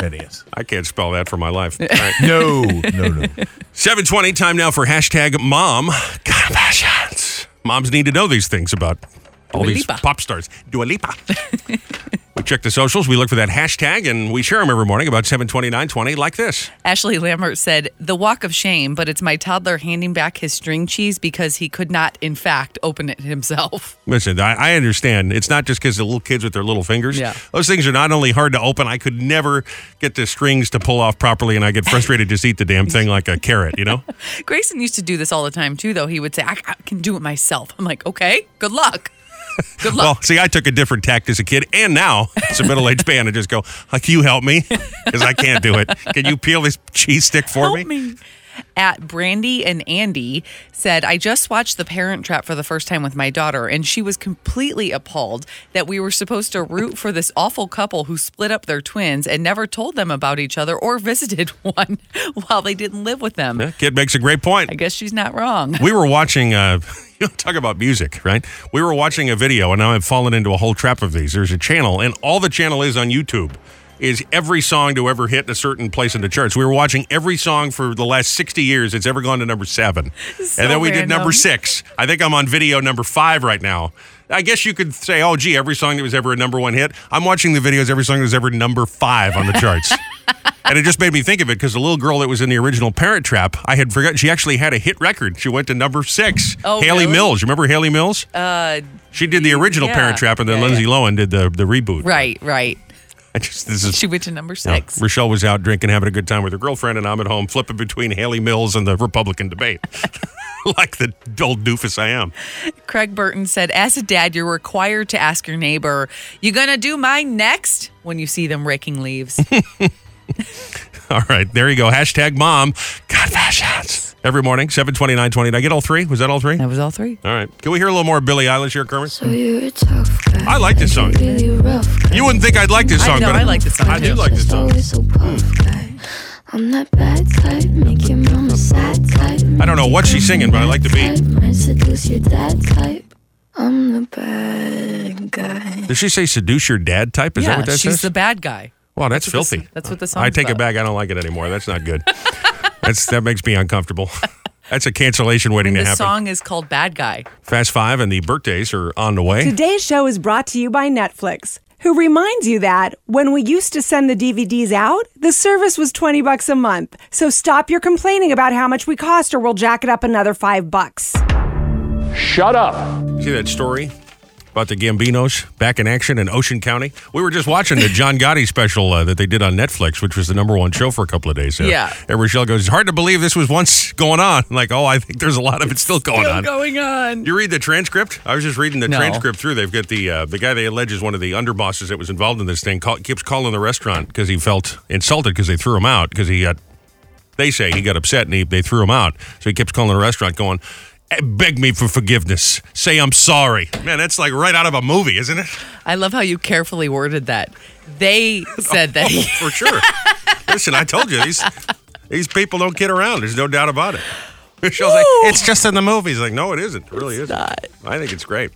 Speaker 3: That is.
Speaker 1: Ah. I can't spell that for my life. All right.
Speaker 3: No, no, no.
Speaker 1: 720, time now for hashtag mom confessions. Moms need to know these things about all
Speaker 2: Dua
Speaker 1: these
Speaker 2: Lipa.
Speaker 1: pop stars. Dua Lipa. we check the socials, we look for that hashtag, and we share them every morning about 72920 like this.
Speaker 2: Ashley Lambert said, The walk of shame, but it's my toddler handing back his string cheese because he could not, in fact, open it himself.
Speaker 1: Listen, I, I understand. It's not just because the little kids with their little fingers.
Speaker 2: Yeah.
Speaker 1: Those things are not only hard to open, I could never get the strings to pull off properly, and I get frustrated just eat the damn thing like a carrot, you know?
Speaker 2: Grayson used to do this all the time, too, though. He would say, I, I can do it myself. I'm like, Okay, good luck. Good luck.
Speaker 1: Well, see, I took a different tact as a kid, and now it's a middle aged man. I just go, "Uh, "Can you help me? Because I can't do it. Can you peel this cheese stick for
Speaker 2: Help me. At Brandy and Andy said, I just watched The Parent Trap for the first time with my daughter, and she was completely appalled that we were supposed to root for this awful couple who split up their twins and never told them about each other or visited one while they didn't live with them.
Speaker 1: Yeah, kid makes a great point.
Speaker 2: I guess she's not wrong.
Speaker 1: We were watching. Uh, you know, talk about music, right? We were watching a video, and now I've fallen into a whole trap of these. There's a channel, and all the channel is on YouTube is every song to ever hit a certain place in the charts. We were watching every song for the last 60 years that's ever gone to number 7. and then we did number
Speaker 2: random.
Speaker 1: 6. I think I'm on video number 5 right now. I guess you could say, "Oh gee, every song that was ever a number 1 hit." I'm watching the videos every song that was ever number 5 on the charts. and it just made me think of it because the little girl that was in the original Parent Trap, I had forgotten she actually had a hit record. She went to number six.
Speaker 2: Oh,
Speaker 1: Haley
Speaker 2: really?
Speaker 1: Mills. You remember Haley Mills?
Speaker 2: Uh,
Speaker 1: she did the original
Speaker 2: yeah.
Speaker 1: Parent Trap, and then
Speaker 2: Yeah,
Speaker 1: Lindsay Lohan did the the reboot.
Speaker 2: right, right.
Speaker 1: I just this is.
Speaker 2: She went to number
Speaker 1: you know,
Speaker 2: six.
Speaker 1: Rochelle was out drinking, having a good time with her girlfriend, and I'm at home flipping between Haley Mills and the Republican debate, like the old doofus I am.
Speaker 2: Craig Burton said, As a dad, you're required to ask your neighbor, You gonna do mine next? when you see them raking leaves. Uh,
Speaker 1: All right, there you go. Hashtag mom Ah, confessions every morning, seven twenty nine twenty. Did I get all three? Was that all three?
Speaker 2: that was all three.
Speaker 1: All right. Can we hear a little more Billie Eilish here, Kermit?
Speaker 15: I
Speaker 1: I like this song. You wouldn't think I'd like this
Speaker 2: I
Speaker 1: song,
Speaker 2: know,
Speaker 1: but
Speaker 2: I like this song,
Speaker 1: I do
Speaker 2: too.
Speaker 1: like this song.
Speaker 15: I'm that bad type, make your mama sad type.
Speaker 1: I don't know what she's singing, but I like the beat.
Speaker 15: Might seduce your dad type. I'm the bad guy.
Speaker 1: Does she say seduce your dad type? Is
Speaker 2: yeah,
Speaker 1: that what that
Speaker 2: she's
Speaker 1: says?
Speaker 2: the bad guy.
Speaker 1: wow, that's,
Speaker 2: what this-
Speaker 1: filthy.
Speaker 2: that's what the
Speaker 1: I
Speaker 2: song's
Speaker 1: take it
Speaker 2: about.
Speaker 1: back. I don't like it anymore. That's not good. that's that makes me uncomfortable. That's a cancellation waiting to
Speaker 2: The
Speaker 1: happen.
Speaker 2: song is called Bad Guy.
Speaker 1: Fast Five and the birthdays are on the way.
Speaker 16: Today's show is brought to you by Netflix, who reminds you that when we used to send the DVDs out, the service was 20 bucks a month. So stop your complaining about how much we cost or we'll jack it up another 5 bucks.
Speaker 1: Shut up. See that story about the Gambinos back in action in Ocean County? We were just watching the John Gotti special uh, that they did on Netflix, which was the number one show for a couple of days. there.
Speaker 2: Yeah.
Speaker 1: And Rochelle goes, it's hard to believe this was once going on. I'm like, oh, I think there's a lot of it still going
Speaker 2: Still
Speaker 1: on.
Speaker 2: going on.
Speaker 1: You read the transcript? I was just reading the
Speaker 2: No.
Speaker 1: transcript through. They've got the uh, the guy they allege is one of the underbosses that was involved in this thing. Call, keeps calling the restaurant because he felt insulted because they threw him out because he got. They say he got upset and he, they threw him out. So he keeps calling the restaurant, going, "Eh, "Beg me for forgiveness. Say I'm sorry." Man, that's like right out of a movie, isn't it?
Speaker 2: I love how you carefully worded that. They said that.
Speaker 1: Oh, for sure. Listen, I told you these these people don't kid around. There's no doubt about it. Michelle's like, it's just in the movies. Like, no, it isn't. It really isn't. I think it's great.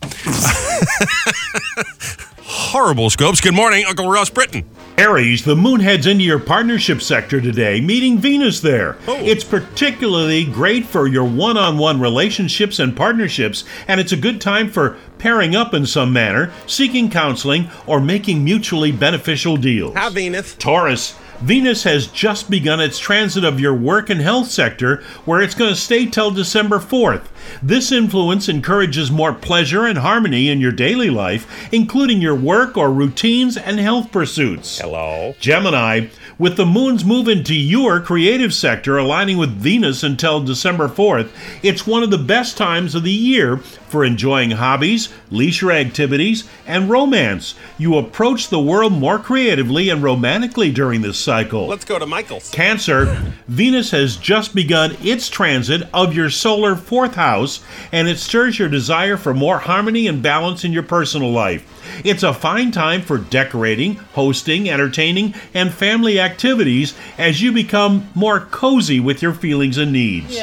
Speaker 1: Horrible scopes. Good morning, Uncle Russ Britton.
Speaker 17: Aries, the moon heads into your partnership sector today, meeting Venus there.
Speaker 1: Oh.
Speaker 17: It's particularly great for your one on one relationships and partnerships, and it's a good time for pairing up in some manner, seeking counseling, or making mutually beneficial deals. Hi,
Speaker 1: Venus.
Speaker 17: Taurus. Venus has just begun its transit of your work and health sector, where it's going to stay till December 4th. This influence encourages more pleasure and harmony in your daily life, including your work or routines and health pursuits. Hello. Gemini, with the moon's move into your creative sector aligning with Venus until December 4th, it's one of the best times of the year for enjoying hobbies, leisure activities, and romance. You approach the world more creatively and romantically during this cycle.
Speaker 1: Let's go to Michael's.
Speaker 17: Cancer, Venus has just begun its transit of your solar fourth house, and it stirs your desire for more harmony and balance in your personal life. It's a fine time for decorating, hosting, entertaining, and family activities as you become more cozy with your feelings and needs.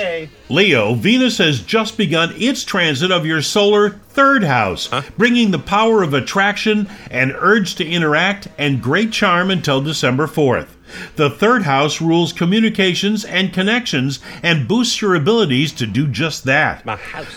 Speaker 17: Leo, Venus has just begun its transit of your solar third house, bringing the power of attraction and urge to interact and great charm until December 4th. The third house rules communications and connections and boosts your abilities to do just that.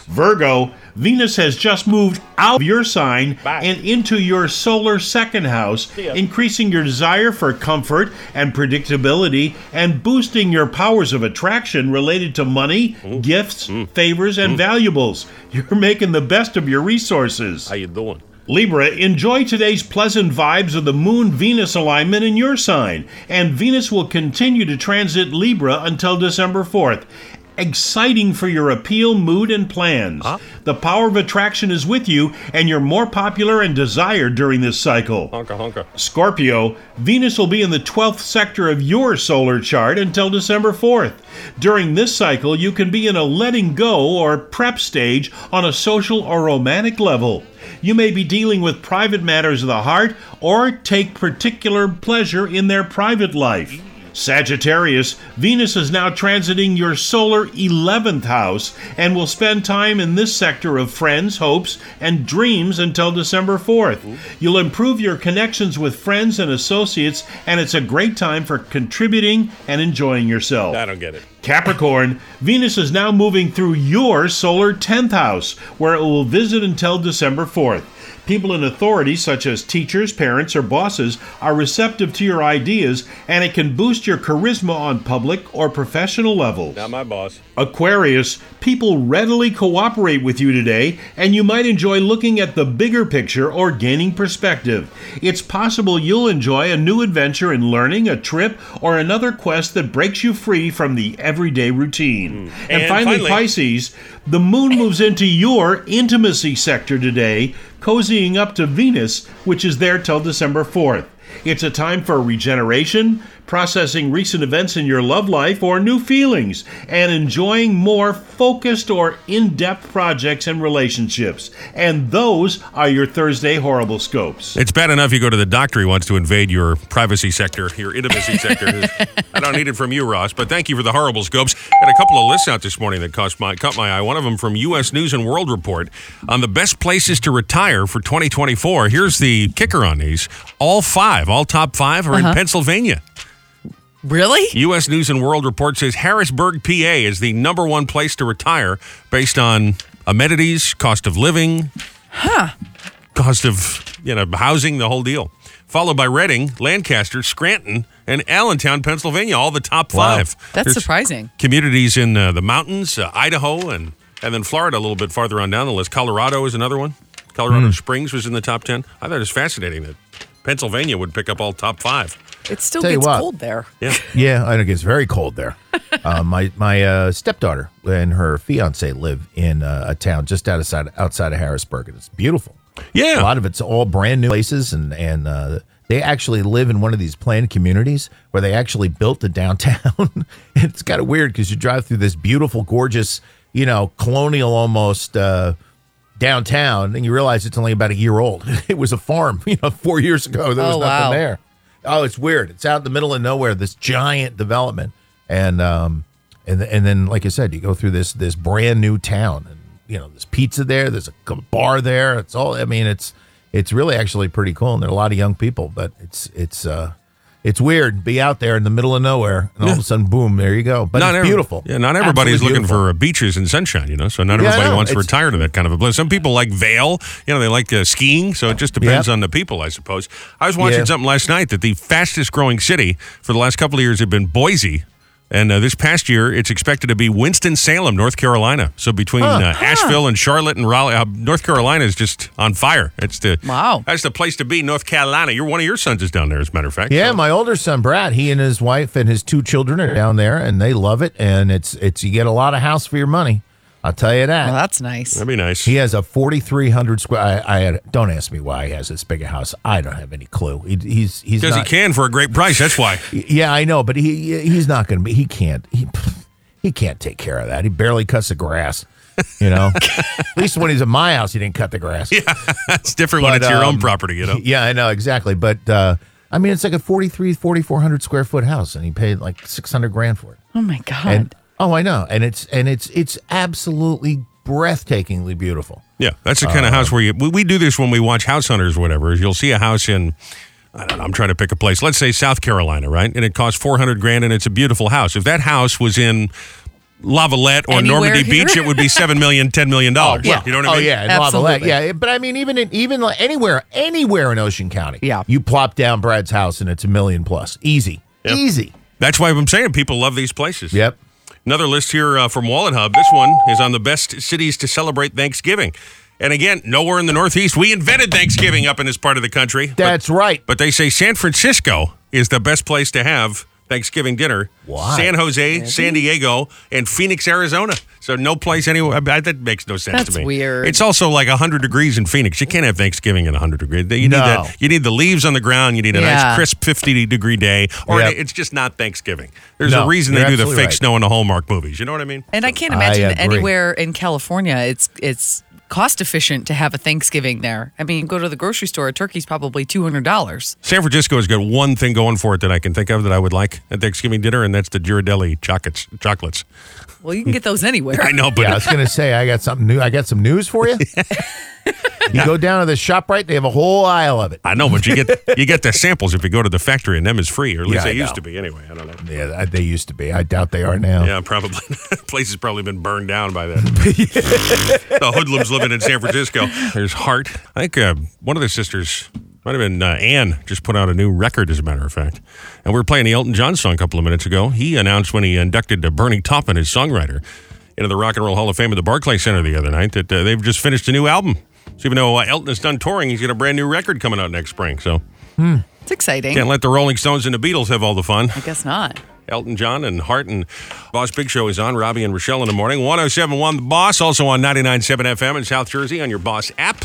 Speaker 17: Virgo, Venus has just moved out of your sign and into your solar second house, increasing your desire for comfort and predictability and boosting your powers of attraction related to money,
Speaker 1: Mm.
Speaker 17: gifts, favors, and valuables. You're making the best of your resources. How
Speaker 1: you doing?
Speaker 17: Libra, enjoy today's pleasant vibes of the Moon Venus alignment in your sign, and Venus will continue to transit Libra until December 4th. Exciting for your appeal, mood, and plans. The power of attraction is with you, and you're more popular and desired during this cycle. Scorpio, Venus will be in the 12th sector of your solar chart until December 4th. During this cycle, you can be in a letting go or prep stage on a social or romantic level. You may be dealing with private matters of the heart or take particular pleasure in their private life. Sagittarius, Venus is now transiting your solar 11th house and will spend time in this sector of friends, hopes, and dreams until December 4th. You'll improve your connections with friends and associates, and it's a great time for contributing and enjoying yourself.
Speaker 1: I don't get it.
Speaker 17: Capricorn, Venus is now moving through your solar 10th house, where it will visit until December 4th. People in authority, such as teachers, parents, or bosses, are receptive to your ideas, and it can boost your charisma on public or professional levels.
Speaker 4: Not my boss.
Speaker 17: Aquarius, people readily cooperate with you today, and you might enjoy looking at the bigger picture or gaining perspective. It's possible you'll enjoy a new adventure in learning, a trip, or another quest that breaks you free from the everyday routine. And,
Speaker 4: Hmm. And
Speaker 17: finally,
Speaker 4: finally-
Speaker 17: Pisces, the moon moves into your intimacy sector today, cozying up to Venus, which is there till December 4th. It's a time for regeneration, processing recent events in your love life or new feelings, and enjoying more focused or in depth projects and relationships. And those are your Thursday horrible scopes.
Speaker 1: It's bad enough you go to the doctor. He wants to invade your privacy sector, your intimacy sector. I don't need it from you, Ross, but thank you for the horrible scopes. Had a couple of lists out this morning that caught my, caught my eye. One of them from U.S. News and World Report on the best places to retire for 2024. Here's the kicker on these: all five, all top five, are
Speaker 2: Uh-huh.
Speaker 1: in Pennsylvania.
Speaker 2: Really?
Speaker 1: U.S. News and World Report says Harrisburg, PA, is the number one place to retire based on amenities, cost of living,
Speaker 2: huh?
Speaker 1: Cost of you know housing, the whole deal. Followed by Reading, Lancaster, Scranton, and Allentown, Pennsylvania. All the top
Speaker 2: Wow.
Speaker 1: five.
Speaker 2: That's
Speaker 1: There's
Speaker 2: surprising.
Speaker 1: Communities in uh, the mountains, uh, Idaho, and and then Florida a little bit farther on down the list. Colorado is another one.
Speaker 2: Hmm.
Speaker 1: Colorado Springs was in the top ten. I thought it was fascinating that Pennsylvania would pick up all top five.
Speaker 2: It still
Speaker 3: Tell you
Speaker 2: gets
Speaker 3: what.
Speaker 2: cold there.
Speaker 1: Yeah.
Speaker 3: Yeah, I think it's very cold there. uh, my my uh, stepdaughter and her fiance live in uh, a town just outside outside of Harrisburg, and it's beautiful.
Speaker 1: Yeah,
Speaker 3: a lot of it's all brand new places, and and uh, they actually live in one of these planned communities where they actually built the downtown. it's kind of weird because you drive through this beautiful, gorgeous, you know, colonial almost. Uh, Downtown, and you realize it's only about a year old. It was a farm, you know, four years ago. There was
Speaker 2: Oh,
Speaker 3: nothing
Speaker 2: wow.
Speaker 3: there. Oh, it's weird. It's out in the middle of nowhere. This giant development, and um, and and then like I said, you go through this this brand new town, and you know there's pizza there. There's a bar there. It's all. I mean, it's it's really actually pretty cool, and there are a lot of young people, but it's it's uh. It's weird to be out there in the middle of nowhere, and all of a sudden, boom, there you go. But it's
Speaker 1: every-
Speaker 3: beautiful.
Speaker 1: Yeah, not everybody's
Speaker 3: Absolutely
Speaker 1: looking
Speaker 3: beautiful.
Speaker 1: for uh, beaches and sunshine, you know. So not
Speaker 3: Yeah, I
Speaker 1: everybody
Speaker 3: know.
Speaker 1: wants to
Speaker 3: It's-
Speaker 1: retire to that kind of a place. Some people like Vail, you know, they like uh, skiing. So it just depends on the people, I suppose. I was watching
Speaker 6: Yeah.
Speaker 1: something last night that the fastest growing city for the last couple of years had been Boise. And uh, this past year, it's expected to be Winston Salem, North Carolina. So between
Speaker 6: Huh.
Speaker 1: uh,
Speaker 6: Huh.
Speaker 1: Asheville and Charlotte and Raleigh, uh, North Carolina is just on fire. It's the wow. That's the place to be, North Carolina. You're one of your sons is down there, as a matter of fact.
Speaker 3: Yeah, my older son Brad, he and his wife and his two children are down there, and they love it. And it's it's you get a lot of house for your money. I'll tell you that.
Speaker 2: Well, that's nice.
Speaker 1: That'd be nice.
Speaker 3: He has a forty three hundred square. I, I had, don't ask me why he has this big a house. I don't have any clue. He, he's he's
Speaker 1: Because he
Speaker 3: not,
Speaker 1: can for a great price. That's why.
Speaker 3: yeah, I know, but he he's not going to be. He can't. He, he can't take care of that. He barely cuts the grass. You know, at least when he's at my house, he didn't cut the grass.
Speaker 1: Yeah, it's different when
Speaker 3: But,
Speaker 1: it's your
Speaker 3: um,
Speaker 1: own property, you know.
Speaker 3: Yeah, I know exactly. But uh, I mean, it's like a 43, 4400 square foot house, and he paid like six hundred grand for it.
Speaker 2: Oh my god.
Speaker 3: And oh, I know, and it's and it's it's absolutely breathtakingly beautiful.
Speaker 1: Yeah, that's the kind of house where you we, we do this when we watch House Hunters or whatever. Is you'll see a house in I don't know, I'm trying to pick a place. Let's say South Carolina, right? And it costs 400 grand and it's a beautiful house. If that house was in Lavalette or
Speaker 3: Anywhere
Speaker 1: Normandy
Speaker 3: here?
Speaker 1: Beach, it would be 7 million, 10 million dollars. You know what I mean?
Speaker 3: Oh yeah, in Lavalette. Yeah, but I mean, even in, even like anywhere, anywhere in Ocean County. Yeah, you plop down Brad's house, and it's a million plus, easy, easy.
Speaker 1: That's why I'm saying people love these places.
Speaker 3: Yep.
Speaker 1: Another list here uh, from Wallet Hub. This one is on the best cities to celebrate Thanksgiving. And again, nowhere in the Northeast. We invented Thanksgiving up in this part of the country.
Speaker 3: That's right.
Speaker 1: But they say San Francisco is the best place to have Thanksgiving dinner.
Speaker 6: Why?
Speaker 1: San Jose, San Diego, and Phoenix, Arizona. So no place anywhere. I- I- that makes no sense
Speaker 2: That's
Speaker 1: to me.
Speaker 2: weird.
Speaker 1: It's also like 100 degrees in Phoenix. You can't have Thanksgiving in 100 degrees. You need
Speaker 6: No.
Speaker 1: that. You need the leaves on the ground. You need a
Speaker 6: Yeah.
Speaker 1: nice crisp 50 degree day. Or
Speaker 6: Yep.
Speaker 1: it's just not Thanksgiving. There's
Speaker 6: No,
Speaker 1: a reason they
Speaker 6: you're
Speaker 1: do the fake
Speaker 6: absolutely right.
Speaker 1: snow in the Hallmark movies. You know what I mean?
Speaker 2: And I can't
Speaker 1: I
Speaker 2: imagine that
Speaker 1: agree.
Speaker 2: anywhere in California it's it's cost efficient to have a Thanksgiving there. I mean, go to the grocery store, a turkey's probably two hundred dollars.
Speaker 1: San Francisco has got one thing going for it that I can think of that I would like at Thanksgiving dinner, and that's the Girardelli chocolates. chocolates.
Speaker 2: Well, you can get those anywhere.
Speaker 1: I know, but
Speaker 3: Yeah, I was gonna say I got something new. I got some news for you. You go down to the shop right, they have a whole aisle of it.
Speaker 1: I know, but you get you get the samples if you go to the factory, and them is free, or at least
Speaker 3: Yeah, I
Speaker 1: they used
Speaker 3: know.
Speaker 1: to be anyway. I don't know.
Speaker 3: Yeah, I- uh, they used to be. I doubt they are now.
Speaker 1: Yeah, probably. Place has probably been burned down by then. the hoodlums living in San Francisco. There's Hart. I think uh, one of the sisters might have been uh, Anne. Just put out a new record, as a matter of fact. And we were playing the Elton John song a couple of minutes ago. He announced when he inducted uh, Bernie Taupin, his songwriter, into the Rock and Roll Hall of Fame at the Barclay Center the other night that uh, they've just finished a new album. So even though uh, Elton is done touring, he's got a brand new record coming out next spring. So
Speaker 2: It's exciting.
Speaker 1: can't let the Rolling Stones and the Beatles have all the fun.
Speaker 2: I guess not.
Speaker 1: Elton John and Hart and Boss Big Show is on. Robbie and Rochelle in the morning. 1071 The Boss, also on 99.7 FM in South Jersey on your Boss app.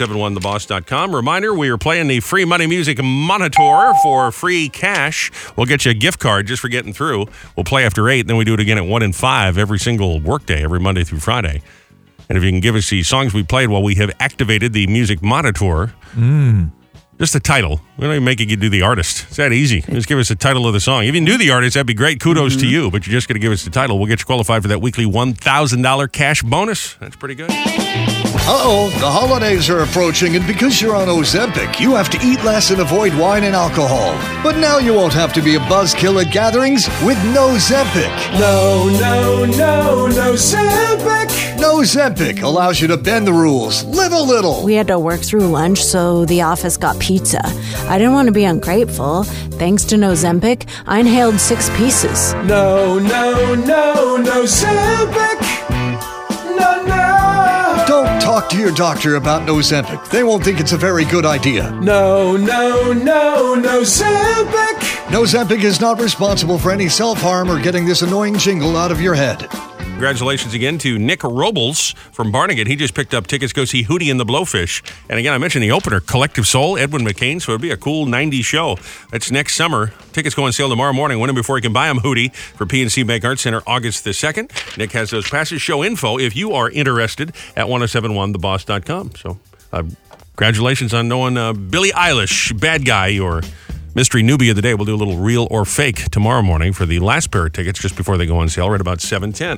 Speaker 1: 1071theboss.com. Reminder, we are playing the free money music monitor for free cash. We'll get you a gift card just for getting through. We'll play after 8, then we do it again at 1 and 5 every single workday, every Monday through Friday. And if you can give us the songs we played while we have activated the music monitor,
Speaker 3: Hmm.
Speaker 5: Mm.
Speaker 1: just the title. We don't even make you do the artist. It's that easy. Just give us the title of the song. If you knew the artist, that'd be great. Kudos to you. But you're just going to give us the title. We'll get you qualified for that weekly $1,000 cash bonus. That's pretty good.
Speaker 18: Uh oh, the holidays are approaching, and because you're on Ozempic, you have to eat less and avoid wine and alcohol. But now you won't have to be a buzzkill at gatherings with No Zempic. No, no, no, no Zempic. No Zempic allows you to bend the rules, live a little.
Speaker 19: We had to work through lunch, so the office got pizza. I didn't want to be ungrateful. Thanks to Nozempic, I inhaled six pieces.
Speaker 18: No, no, no, no Zempic. No, no. Don't talk to your doctor about Nozempic. They won't think it's a very good idea. No, no, no, Nozempic. Nozempic is not responsible for any self-harm or getting this annoying jingle out of your head.
Speaker 1: Congratulations again to Nick Robles from Barnegat. He just picked up tickets to go see Hootie and the Blowfish. And again, I mentioned the opener, Collective Soul, Edwin McCain. So it'll be a cool 90s show. That's next summer. Tickets go on sale tomorrow morning. Win them before you can buy them, Hootie, for PNC Bank Arts Center, August the 2nd. Nick has those passes. Show info if you are interested at 1071theboss.com. So uh, congratulations on knowing uh, Billie Eilish, bad guy, or mystery newbie of the day. We'll do a little real or fake tomorrow morning for the last pair of tickets just before they go on sale, right about 7.10.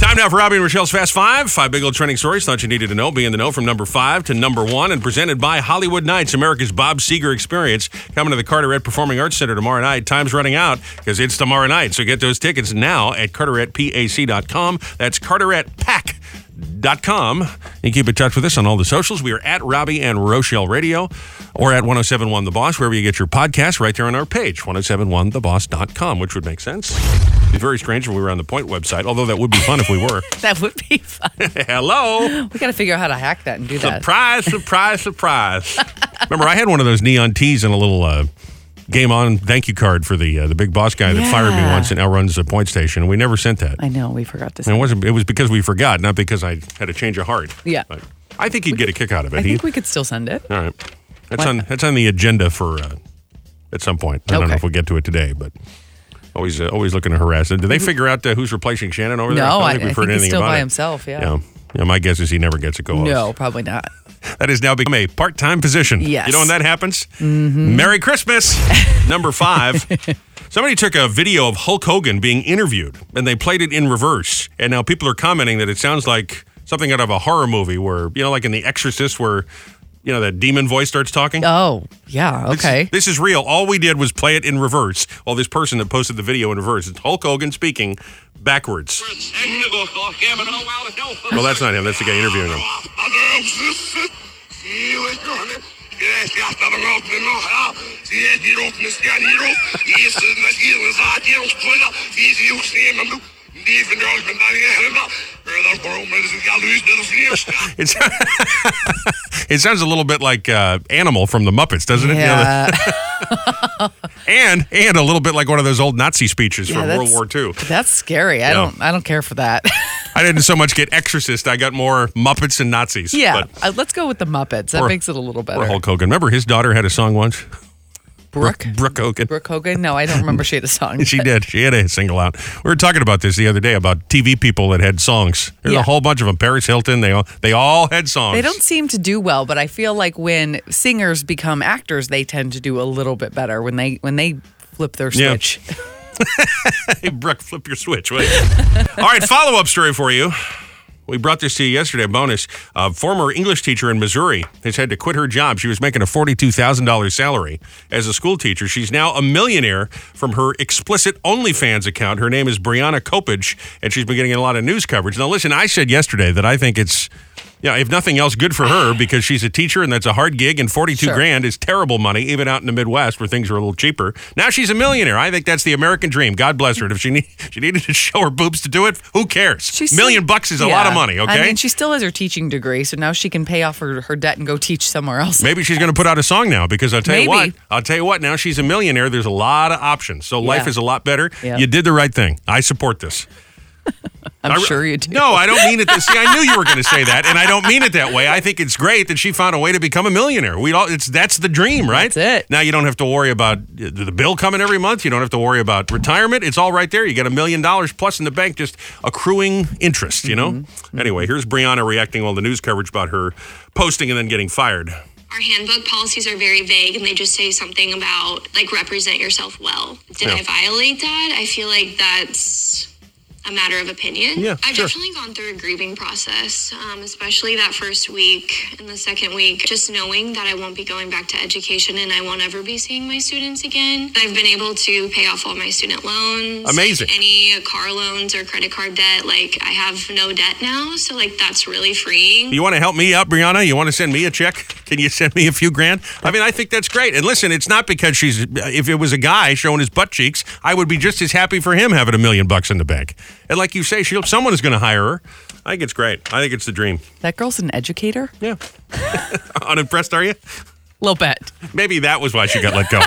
Speaker 1: Time now for Robbie and Rochelle's Fast Five. Five big old trending stories thought you needed to know. Be in the know from number five to number one and presented by Hollywood Nights, America's Bob Seger Experience. Coming to the Carteret Performing Arts Center tomorrow night. Time's running out because it's tomorrow night. So get those tickets now at carteretpac.com. That's Carteret Pack. Dot com and keep in touch with us on all the socials. We are at Robbie and Rochelle Radio or at 1071 The Boss, wherever you get your podcast, right there on our page, 1071theboss.com, which would make sense. It'd be very strange if we were on the Point website, although that would be fun if we were.
Speaker 2: That would be fun.
Speaker 1: Hello.
Speaker 2: We got to figure out how to hack that and do that.
Speaker 1: Surprise, surprise, surprise. Remember, I had one of those neon tees and a little. Uh, Game on, thank you card for the uh, the big boss guy that fired me
Speaker 2: Yeah.
Speaker 1: once and now runs the point station. We never sent that.
Speaker 2: I know we forgot to.
Speaker 1: And
Speaker 2: Say.
Speaker 1: it wasn't. It was because we forgot, not because I had a change of heart.
Speaker 2: Yeah,
Speaker 1: But I think he'd get a kick out of it.
Speaker 2: I
Speaker 1: He-
Speaker 2: think we could still send it.
Speaker 1: all right. That's on that's on the agenda for uh, at some point. I don't know
Speaker 2: Okay.
Speaker 1: if we'll get to it today, but always uh, always looking to harass them. Did they figure out uh, who's replacing Shannon over there?
Speaker 2: Mm-hmm. No, I, I
Speaker 1: don't
Speaker 2: think, he's still by himself. Yeah.
Speaker 1: Yeah. Yeah, my guess is he never gets a go.
Speaker 2: No, probably not.
Speaker 1: That has now become a part-time position.
Speaker 2: Yes.
Speaker 1: You know when that happens?
Speaker 2: Mhm.
Speaker 1: Merry Christmas. Number 5. Somebody took a video of Hulk Hogan being interviewed and they played it in reverse. And now people are commenting that it sounds like something out of a horror movie where, you know, like in The Exorcist where you know that demon voice starts talking.
Speaker 2: Oh, yeah. Okay.
Speaker 1: This is real. All we did was play it in reverse. While this person that posted the video in reverse, it's Hulk Hogan speaking backwards. Well, that's not him. That's the guy interviewing him. It's, it sounds a little bit like uh, Animal from the Muppets, doesn't it? You know, the- and and a little bit like one of those old Nazi speeches
Speaker 2: Yeah,
Speaker 1: from World
Speaker 2: that's-
Speaker 1: War II.
Speaker 2: That's scary. I
Speaker 1: Yeah.
Speaker 2: don't. I don't care for that.
Speaker 1: I didn't so much get Exorcist. I got more Muppets and Nazis.
Speaker 2: yeah.
Speaker 1: but-
Speaker 2: Uh, let's go with the Muppets. That
Speaker 1: Or-
Speaker 2: makes it a little
Speaker 1: or
Speaker 2: better.
Speaker 1: Hulk Hogan. Remember his daughter had a song once.
Speaker 2: Brooke.
Speaker 1: Brooke Hogan.
Speaker 2: Brooke Hogan. No, I don't remember she had a song.
Speaker 1: She
Speaker 2: but-
Speaker 1: did. She had a single out. We were talking about this the other day about TV people that had songs. There's
Speaker 2: Yeah.
Speaker 1: a whole bunch of them. Paris Hilton. They all they all had songs.
Speaker 2: They don't seem to do well, but I feel like when singers become actors, they tend to do a little bit better when they when they flip their
Speaker 1: Yeah.
Speaker 2: switch.
Speaker 1: hey, Brooke, flip your switch. Wait. All right, follow up story for you. We brought this to you yesterday. Bonus: a former English teacher in Missouri has had to quit her job. She was making a forty-two thousand dollars salary as a school teacher. She's now a millionaire from her explicit OnlyFans account. Her name is Brianna Kopich, and she's been getting a lot of news coverage. Now, listen, I said yesterday that I think it's. Yeah, if nothing else, good for her because she's a teacher and that's a hard gig. And forty-two
Speaker 2: Sure.
Speaker 1: grand is terrible money, even out in the Midwest where things are a little cheaper. Now she's a millionaire. I think that's the American dream. God bless her. And if she need, she needed to show her boobs to do it, who cares?
Speaker 2: She's still-
Speaker 1: Million bucks is a lot of
Speaker 2: Yeah.
Speaker 1: money. Okay.
Speaker 2: I mean, she still has her teaching degree, so now she can pay off her, her debt and go teach somewhere else.
Speaker 1: Maybe she's going to put out a song now because I'll tell you what,
Speaker 2: Maybe.
Speaker 1: I'll tell you what, now she's a millionaire. There's a lot of options. So life
Speaker 2: Yeah.
Speaker 1: is a lot better.
Speaker 2: Yeah.
Speaker 1: You did the right thing. I support this.
Speaker 2: I'm
Speaker 1: I re-
Speaker 2: sure you do.
Speaker 1: No, I don't mean it. This, see, I knew you were going to say that, and I don't mean it that way. I think it's great that she found a way to become a millionaire. We all, it's that's the dream, right? That's it. Now you don't have to worry about uh, the bill coming every month. You don't have to worry about retirement. It's all right there. You get a million dollars plus in the bank, just accruing interest. You know. Anyway, here's Brianna reacting to all the news coverage about her posting and then getting fired.
Speaker 20: Our handbook policies are very vague and they just say something about like represent yourself well. Did
Speaker 1: Yeah.
Speaker 20: I violate that? I feel like that's a matter of opinion.
Speaker 5: Yeah,
Speaker 20: I've
Speaker 5: sure.
Speaker 20: definitely gone through a grieving process, um, especially that first week and the second week, just knowing that I won't be going back to education and I won't ever be seeing my students again. I've been able to pay off all my student loans.
Speaker 1: Amazing.
Speaker 20: Any car loans or credit card debt, like I have no debt now. So, like, that's really freeing.
Speaker 1: You want to help me out, Brianna? You want to send me a check? Can you send me a few grand? I mean, I think that's great. And listen, it's not because she's, if it was a guy showing his butt cheeks, I would be just as happy for him having a million bucks in the bank. And like you say, she'll, someone is going to hire her. I think it's great. I think it's the dream.
Speaker 2: That girl's an educator?
Speaker 1: Yeah. Unimpressed, are you?
Speaker 2: Little bit.
Speaker 1: Maybe that was why she got let go.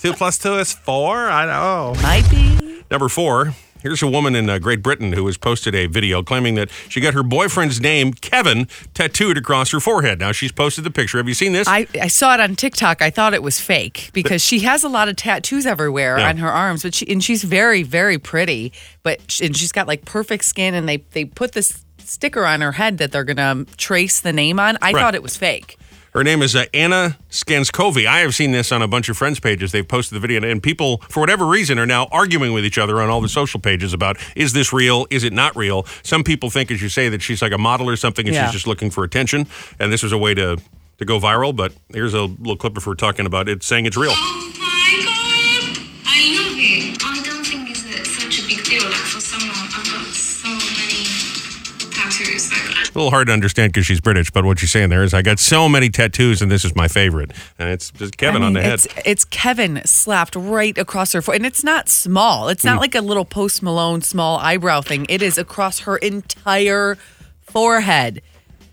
Speaker 4: two plus two is four. I know.
Speaker 2: Might be.
Speaker 1: Number four. Here's a woman in uh, Great Britain who has posted a video claiming that she got her boyfriend's name, Kevin, tattooed across her forehead. Now she's posted the picture. Have you seen this?
Speaker 2: I, I saw it on TikTok. I thought it was fake because she has a lot of tattoos everywhere
Speaker 1: Yeah.
Speaker 2: on her arms, but she and she's very very pretty, but sh and she's got like perfect skin and they they put this sticker on her head that they're going to trace the name on. I
Speaker 1: Right.
Speaker 2: thought it was fake.
Speaker 1: Her name is uh, Anna Skanskovi. I have seen this on a bunch of friends' pages. They've posted the video, and people, for whatever reason, are now arguing with each other on all the social pages about is this real? Is it not real? Some people think, as you say, that she's like a model or something, and
Speaker 6: Yeah.
Speaker 1: she's just looking for attention, and this was a way to to go viral. But here's a little clip of her talking about it, saying it's real.
Speaker 5: I love it. I don't think it's a- such a big deal. Like for someone, I've got so many tattoos. Like, I
Speaker 1: A little hard to understand because she's British, but what she's saying there is, I got so many tattoos, and this is my favorite, and it's just Kevin
Speaker 2: I
Speaker 1: on
Speaker 2: mean,
Speaker 1: the head.
Speaker 2: It's, uh, it's Kevin slapped right across her forehead, and it's not small. It's not
Speaker 1: Mm.
Speaker 2: like a little Post Malone small eyebrow thing. It is across her entire forehead,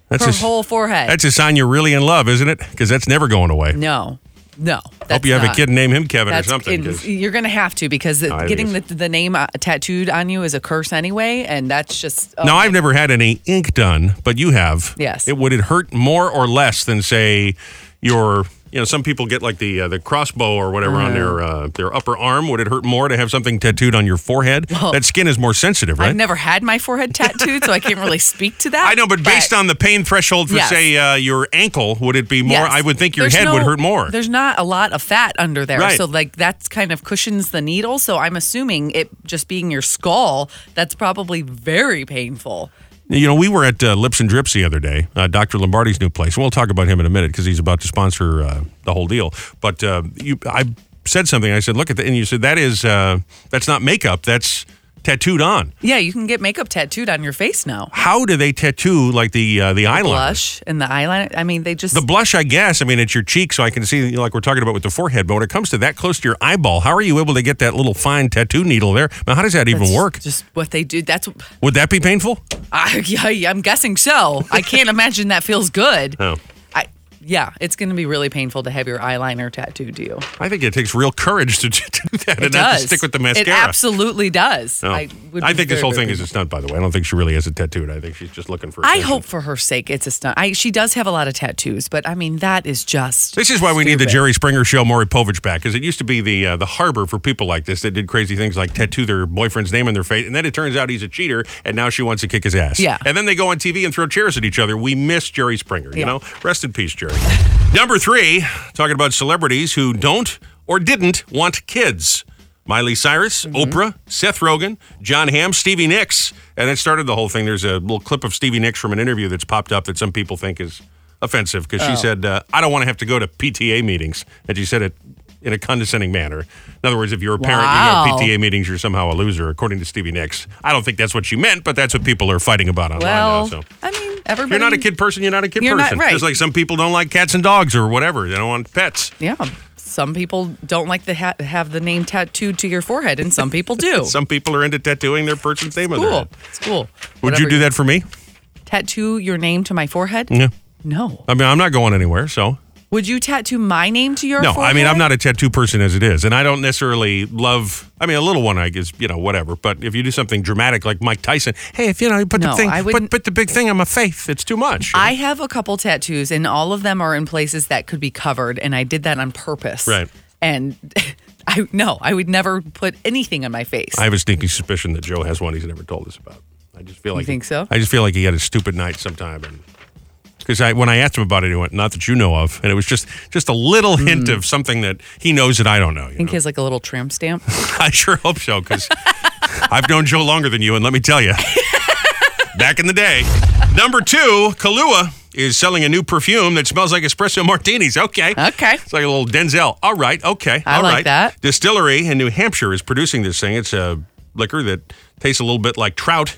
Speaker 2: her
Speaker 1: a-
Speaker 2: whole forehead.
Speaker 1: That's a sign you're really in love, isn't it? Because that's never going away.
Speaker 2: No, no.
Speaker 1: Hope
Speaker 2: Mm, that's
Speaker 1: you have
Speaker 2: not-
Speaker 1: a kid and name him Kevin or
Speaker 2: That's
Speaker 1: something.
Speaker 2: in-
Speaker 1: 'cause-
Speaker 2: you're going to have to because the-
Speaker 1: I think
Speaker 2: getting the, the name uh, tattooed on you is a curse anyway, and that's just. oh
Speaker 1: now,
Speaker 2: my
Speaker 1: I've never had any ink done, but you have.
Speaker 2: Yes.
Speaker 1: It would it hurt more or less than say your you know some people get like the uh, the crossbow or whatever
Speaker 2: Uh-huh.
Speaker 1: on their uh, their upper arm. Would it hurt more to have something tattooed on your forehead? that skin is more sensitive, right?
Speaker 2: I've never had my forehead tattooed, so I can't really speak to that.
Speaker 1: I know, but based on the pain threshold for
Speaker 2: Yes.
Speaker 1: say uh, your ankle, would it be more?
Speaker 2: Yes.
Speaker 1: I would think your
Speaker 2: There's
Speaker 1: head would
Speaker 2: no-
Speaker 1: hurt more.
Speaker 2: There's not a lot of fat under there,
Speaker 1: Right.
Speaker 2: so like that kind of cushions the needle. So I'm assuming it just being your skull, that's probably very painful.
Speaker 1: You know, we were at uh, Lips and Drips the other day, uh, Dr. Lombardi's new place. We'll talk about him in a minute because he's about to sponsor uh, the whole deal. But uh, you, I said something. I said, "Look at that," and you said, "That is uh, that's not makeup. That's tattooed on."
Speaker 2: Yeah, you can get makeup tattooed on your face now.
Speaker 1: How do they tattoo like the uh, the eyeliner?
Speaker 2: Blush and the eyeliner. I mean, they just
Speaker 1: The blush, I guess. I mean, it's your cheek, so I can see, you know, like we're talking about with the forehead. But when it comes to that close to your eyeball, how are you able to get that little fine tattoo needle there? Now, how does that even
Speaker 2: That's
Speaker 1: work?
Speaker 2: Just what they do. That's.
Speaker 1: Would that be painful?
Speaker 2: I, yeah, yeah, I'm guessing so. I can't imagine that feels good.
Speaker 1: No.
Speaker 2: I, yeah, it's going to be really painful to have your eyeliner tattooed to you.
Speaker 1: I think it takes real courage to, to do that
Speaker 2: It
Speaker 1: and not
Speaker 2: does.
Speaker 1: to stick with the
Speaker 2: It
Speaker 1: mascara.
Speaker 2: absolutely does.
Speaker 1: No. Oh. I,
Speaker 2: would be
Speaker 1: think this
Speaker 2: very,
Speaker 1: whole
Speaker 2: very
Speaker 1: thing is a stunt, by the way. I don't think she really has it tattooed. I think she's just looking for.
Speaker 2: I
Speaker 1: attention.
Speaker 2: hope for her sake it's a stunt. I, she does have a lot of tattoos, but I mean that is just.
Speaker 1: This is why we need the
Speaker 2: stupid.
Speaker 1: Jerry Springer Show Maury Povich back, because it used to be the uh, the harbor for people like this that did crazy things like tattoo their boyfriend's name in their face, and then it turns out he's a cheater, and now she wants to kick his ass.
Speaker 6: Yeah.
Speaker 1: And then they go on TV and throw chairs at each other. We miss Jerry Springer. You
Speaker 6: Yeah.
Speaker 1: know, rest in peace, Jerry. Number three, talking about celebrities who don't or didn't want kids. Miley Cyrus, Oprah, Seth Rogen, John Hamm, Stevie Nicks. And it started the whole thing. There's a little clip of Stevie Nicks from an interview that's popped up that some people think is offensive because
Speaker 6: Oh.
Speaker 1: she said, uh, I don't want to have to go to PTA meetings. And she said it in a condescending manner. In other words, if you're a parent,
Speaker 6: Wow.
Speaker 1: you go to PTA meetings, you're somehow a loser, according to Stevie Nicks. I don't think that's what she meant, but that's what people are fighting about online
Speaker 2: Well,
Speaker 1: now. So.
Speaker 2: I mean,
Speaker 1: If
Speaker 2: everybody.
Speaker 1: you're not a kid person, you're not a kid
Speaker 2: You're not
Speaker 1: person.
Speaker 2: right.
Speaker 1: Just like some people don't like cats and dogs or whatever. They don't want pets.
Speaker 2: Yeah, some people don't like to ha- have the name tattooed to your forehead, and some people do.
Speaker 1: some people are into tattooing their person's name on their
Speaker 2: cool.
Speaker 1: head.
Speaker 2: It's cool.
Speaker 1: Would you do that for me?
Speaker 2: Tattoo your name to my forehead?
Speaker 1: Yeah.
Speaker 2: No.
Speaker 1: I mean, I'm not going anywhere, so.
Speaker 2: Would you tattoo my name to your
Speaker 1: no,
Speaker 2: forehead?
Speaker 1: I mean, I'm not a tattoo person as it is, and I don't necessarily love. I mean, a little one, I guess, you know, whatever. But if you do something dramatic like Mike Tyson, hey, if you know, you put
Speaker 2: No,
Speaker 1: the thing,
Speaker 2: I
Speaker 1: put,
Speaker 2: wouldn't-
Speaker 1: put the big thing on my face, it's too much.
Speaker 2: I have a couple tattoos, and all of them are in places that could be covered, and I did that on purpose.
Speaker 1: Right.
Speaker 2: And I no, I would never put anything on my face.
Speaker 1: I have a sneaking suspicion that Joe has one he's never told us about. I just feel
Speaker 2: You
Speaker 1: like
Speaker 2: think so?
Speaker 1: I just feel like he had a stupid night sometime, and because I when I asked him about it, he went, "Not that you know of," and it was just just a little hint
Speaker 2: Mm.
Speaker 1: of something that he knows that I don't know.
Speaker 2: I think he has like a little tramp stamp.
Speaker 1: I sure hope so because I've known Joe longer than you, and let me tell you, back in the day. Number two, Kahlua is selling a new perfume that smells like espresso martinis. Okay. Okay. It's like a little Denzel. All right. Okay.
Speaker 2: I
Speaker 1: All
Speaker 2: like
Speaker 1: right.
Speaker 2: that.
Speaker 1: Distillery in New Hampshire is producing this thing. It's a liquor that tastes a little bit like trout.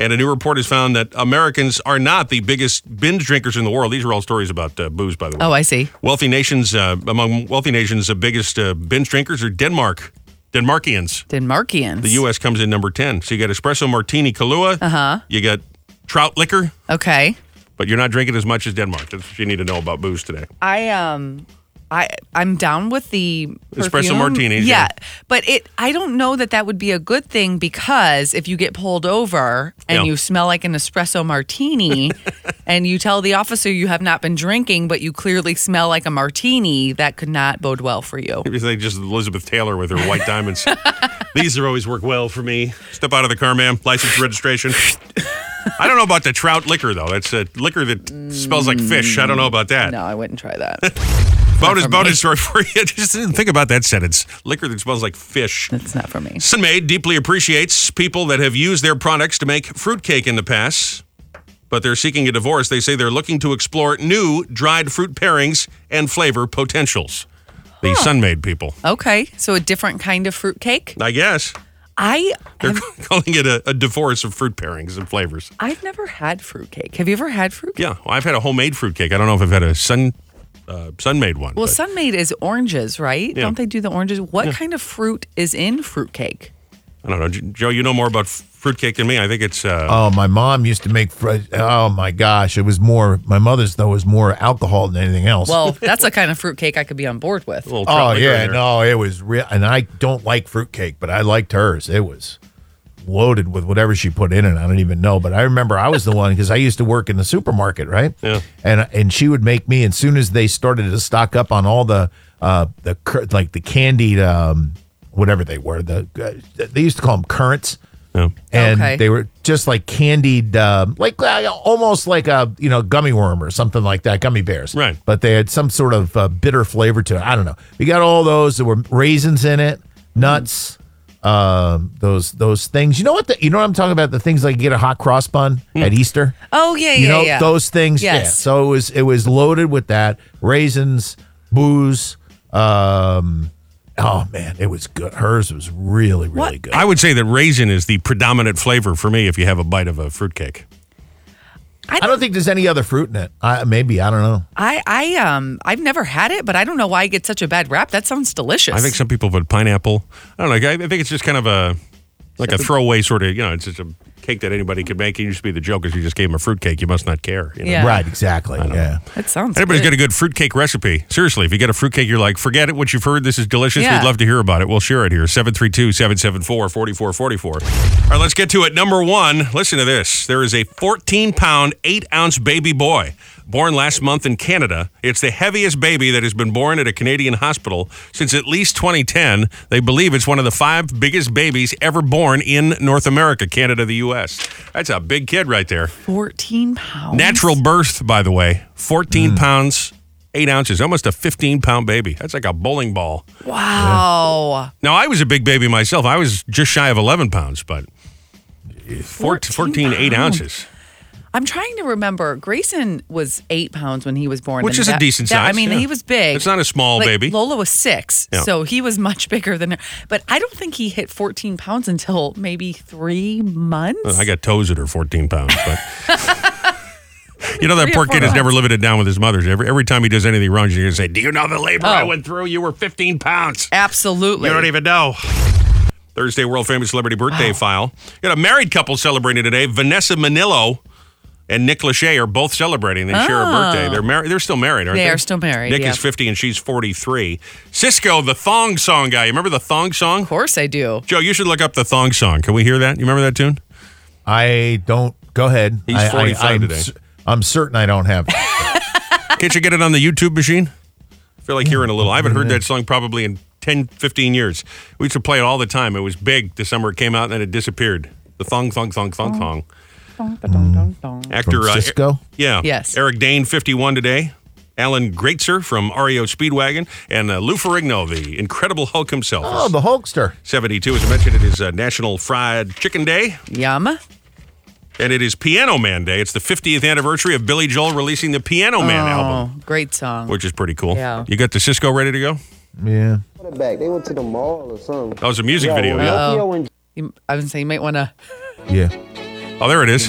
Speaker 1: And a new report has found that Americans are not the biggest binge drinkers in the world. These are all stories about uh, booze, by the way.
Speaker 2: Oh, I see.
Speaker 1: Wealthy nations, uh, among wealthy nations, the biggest uh, binge drinkers are Denmark, Denmarkians.
Speaker 2: Denmarkians.
Speaker 1: The U.S. comes in number 10. So you got espresso martini Kahlua.
Speaker 2: Uh huh.
Speaker 1: You got trout liquor,
Speaker 2: Okay.
Speaker 1: but you're not drinking as much as Denmark. That's what you need to know about booze today.
Speaker 2: I um I I'm down with the
Speaker 1: Espresso
Speaker 2: perfume.
Speaker 1: martinis,
Speaker 2: Yeah,
Speaker 1: yeah.
Speaker 2: but it I don't know that that would be a good thing because if you get pulled over and
Speaker 1: Yeah.
Speaker 2: you smell like an espresso martini and you tell the officer you have not been drinking but you clearly smell like a martini, that could not bode well for you.
Speaker 1: It's like just Elizabeth Taylor with her white diamonds. These are always work well for me. Step out of the car, ma'am. License registration. I don't know about the trout liquor though. That's a liquor that smells like fish. I don't know about that.
Speaker 2: No, I wouldn't try that.
Speaker 1: bonus bonus story for you. Just didn't think about that sentence. Liquor that smells like fish.
Speaker 2: That's not for me.
Speaker 1: Sunmaid deeply appreciates people that have used their products to make fruitcake in the past, but they're seeking a divorce. They say they're looking to explore new dried fruit pairings and flavor potentials. The Sunmaid people,
Speaker 2: Okay, so a different kind of fruitcake.
Speaker 1: I guess.
Speaker 2: I
Speaker 1: They're calling it a, a divorce of fruit pairings and flavors.
Speaker 2: I've never had fruitcake. Have you ever had fruit?
Speaker 1: Yeah, well, I've had a homemade fruitcake. I don't know if I've had a sun uh, sunmade one.
Speaker 2: Well,
Speaker 1: but
Speaker 2: sunmade is oranges, right?
Speaker 1: Yeah.
Speaker 2: Don't they do the oranges? What kind of fruit is in fruitcake?
Speaker 1: I don't know, J- Joe. You know more about f- fruitcake than me. I think it's uh,
Speaker 3: Oh, my mom used to make. Fr- oh my gosh, it was more. My mother's though was more alcohol than anything else.
Speaker 2: Well, that's a kind of fruitcake I could be on board with.
Speaker 3: oh yeah, no, it was real. And I don't like fruitcake, but I liked hers. It was loaded with whatever she put in it. I don't even know, but I remember I was the one because I used to work in the supermarket, right? Yeah. And and she would make me. And soon as they started to stock up on all the uh the cur- like the candied um whatever they were the uh, they used to call them currants. And
Speaker 5: Okay.
Speaker 3: they were just like candied, um, like uh, almost like a you know gummy worm or something like that, gummy bears. Right. But they had some sort of uh, bitter flavor to it. I don't know. We got all those. There were raisins in it, nuts, um, those those things. You know what? The, you know what I'm talking about? The things like you get a hot cross bun at Easter.
Speaker 2: Oh yeah,
Speaker 3: you
Speaker 2: yeah,
Speaker 3: know
Speaker 2: yeah.
Speaker 3: those things. Yeah.
Speaker 2: Yes.
Speaker 3: So it was it was loaded with that raisins, booze. Um, oh man, it was good. Hers was really really good.
Speaker 1: I would say that raisin is the predominant flavor for me if you have a bite of a fruitcake.
Speaker 3: I don't, think there's any other fruit in it. I, maybe I don't know.
Speaker 2: I, I, um, I've never had it, but I don't know why I get such a bad rap. That sounds delicious.
Speaker 1: I think some people put pineapple. I don't know. I I think it's just kind of a like a throwaway sort of, you know, it's just a cake that anybody could make. It used to be the joke is you just gave them a fruitcake. You must not care. You know?
Speaker 3: Yeah. Right, exactly. Yeah.
Speaker 2: That sounds.
Speaker 1: Anybody's
Speaker 2: good.
Speaker 1: got a good fruitcake recipe. Seriously, if you get a fruitcake, you're like, forget it, what you've heard. This is delicious.
Speaker 6: Yeah.
Speaker 1: We'd love to hear about it. We'll share it here. 732 774 4444. All right, let's get to it. Number one, listen to this. There is a 14 pound, 8 ounce baby boy born last month in Canada. It's the heaviest baby that has been born at a Canadian hospital since at least 2010. They believe it's one of the five biggest babies ever born in North America, Canada, the U.S. That's a big kid right there.
Speaker 2: Fourteen pounds.
Speaker 1: Natural birth, by the way, 14 pounds, 8 ounces, almost a 15 pound baby. That's like a bowling ball.
Speaker 2: Wow.
Speaker 1: Now, I was a big baby myself. I was just shy of 11 pounds, but 14, 14 8
Speaker 2: pounds.
Speaker 1: ounces.
Speaker 2: I'm trying to remember. Grayson was eight pounds when he was born,
Speaker 1: Which
Speaker 2: and
Speaker 1: is a
Speaker 2: that-
Speaker 1: decent
Speaker 2: that- I
Speaker 1: size,
Speaker 2: mean,
Speaker 1: yeah.
Speaker 2: he was big.
Speaker 1: It's not a small
Speaker 2: Like,
Speaker 1: baby.
Speaker 2: Lola was six,
Speaker 1: Yeah.
Speaker 2: so he was much bigger than her. But I don't think he hit 14 pounds until maybe three months.
Speaker 1: Well, I got toes that are 14 pounds, but. You know that
Speaker 2: Three or four
Speaker 1: poor kid has never
Speaker 2: pounds.
Speaker 1: lived it down with his mother's. Every every time he does anything wrong, she's gonna say, "Do you know the labor I
Speaker 2: Oh.
Speaker 1: went through? You were 15 pounds.
Speaker 2: Absolutely.
Speaker 1: You don't even know." Thursday world famous celebrity birthday file. You got a married couple celebrating today. Vanessa Manillo and Nick Lachey are both celebrating. They share a birthday.
Speaker 2: Oh.
Speaker 1: They're married. They're still married, aren't they?
Speaker 2: They are still married,
Speaker 1: Nick
Speaker 2: yeah.
Speaker 1: is 50 and she's 43. Cisco, the thong song guy. You remember the thong song? Of
Speaker 2: course I do.
Speaker 1: Joe, you should look up the thong song. Can we hear that? You remember that tune?
Speaker 3: I don't. Go ahead.
Speaker 1: He's
Speaker 3: I- I-
Speaker 1: 45
Speaker 3: I'm
Speaker 1: today.
Speaker 3: cer- I'm certain I don't have.
Speaker 1: Can't you get it on the YouTube machine? I feel like hearing a little. I haven't heard that song probably in 10, 15 years. We used to play it all the time. It was big the summer it came out and then it disappeared. The thong, thong, thong, thong, thong. Actor
Speaker 3: From
Speaker 1: uh,
Speaker 3: Cisco?
Speaker 1: yeah.
Speaker 2: Yes.
Speaker 1: Eric Dane, 51 today. Alan Greatzer from REO Speedwagon, and uh, Lou Ferrigno, the Incredible Hulk himself.
Speaker 3: Oh, the Hulkster.
Speaker 1: 72. As I mentioned, it is uh, National Fried Chicken Day.
Speaker 2: Yum.
Speaker 1: And it is Piano Man Day. It's the 50th anniversary of Billy Joel releasing the Piano Man
Speaker 2: oh,
Speaker 1: album,
Speaker 2: Great song.
Speaker 1: which is pretty cool.
Speaker 2: Yeah.
Speaker 1: You got the Cisco ready to go?
Speaker 3: Yeah.
Speaker 21: Put it back. They went to the mall or something.
Speaker 1: That was a music
Speaker 21: Yeah,
Speaker 1: video,
Speaker 21: well,
Speaker 1: yeah.
Speaker 21: Pinocchio and
Speaker 2: You- I was saying you might want to.
Speaker 3: Yeah.
Speaker 1: Oh, there it is.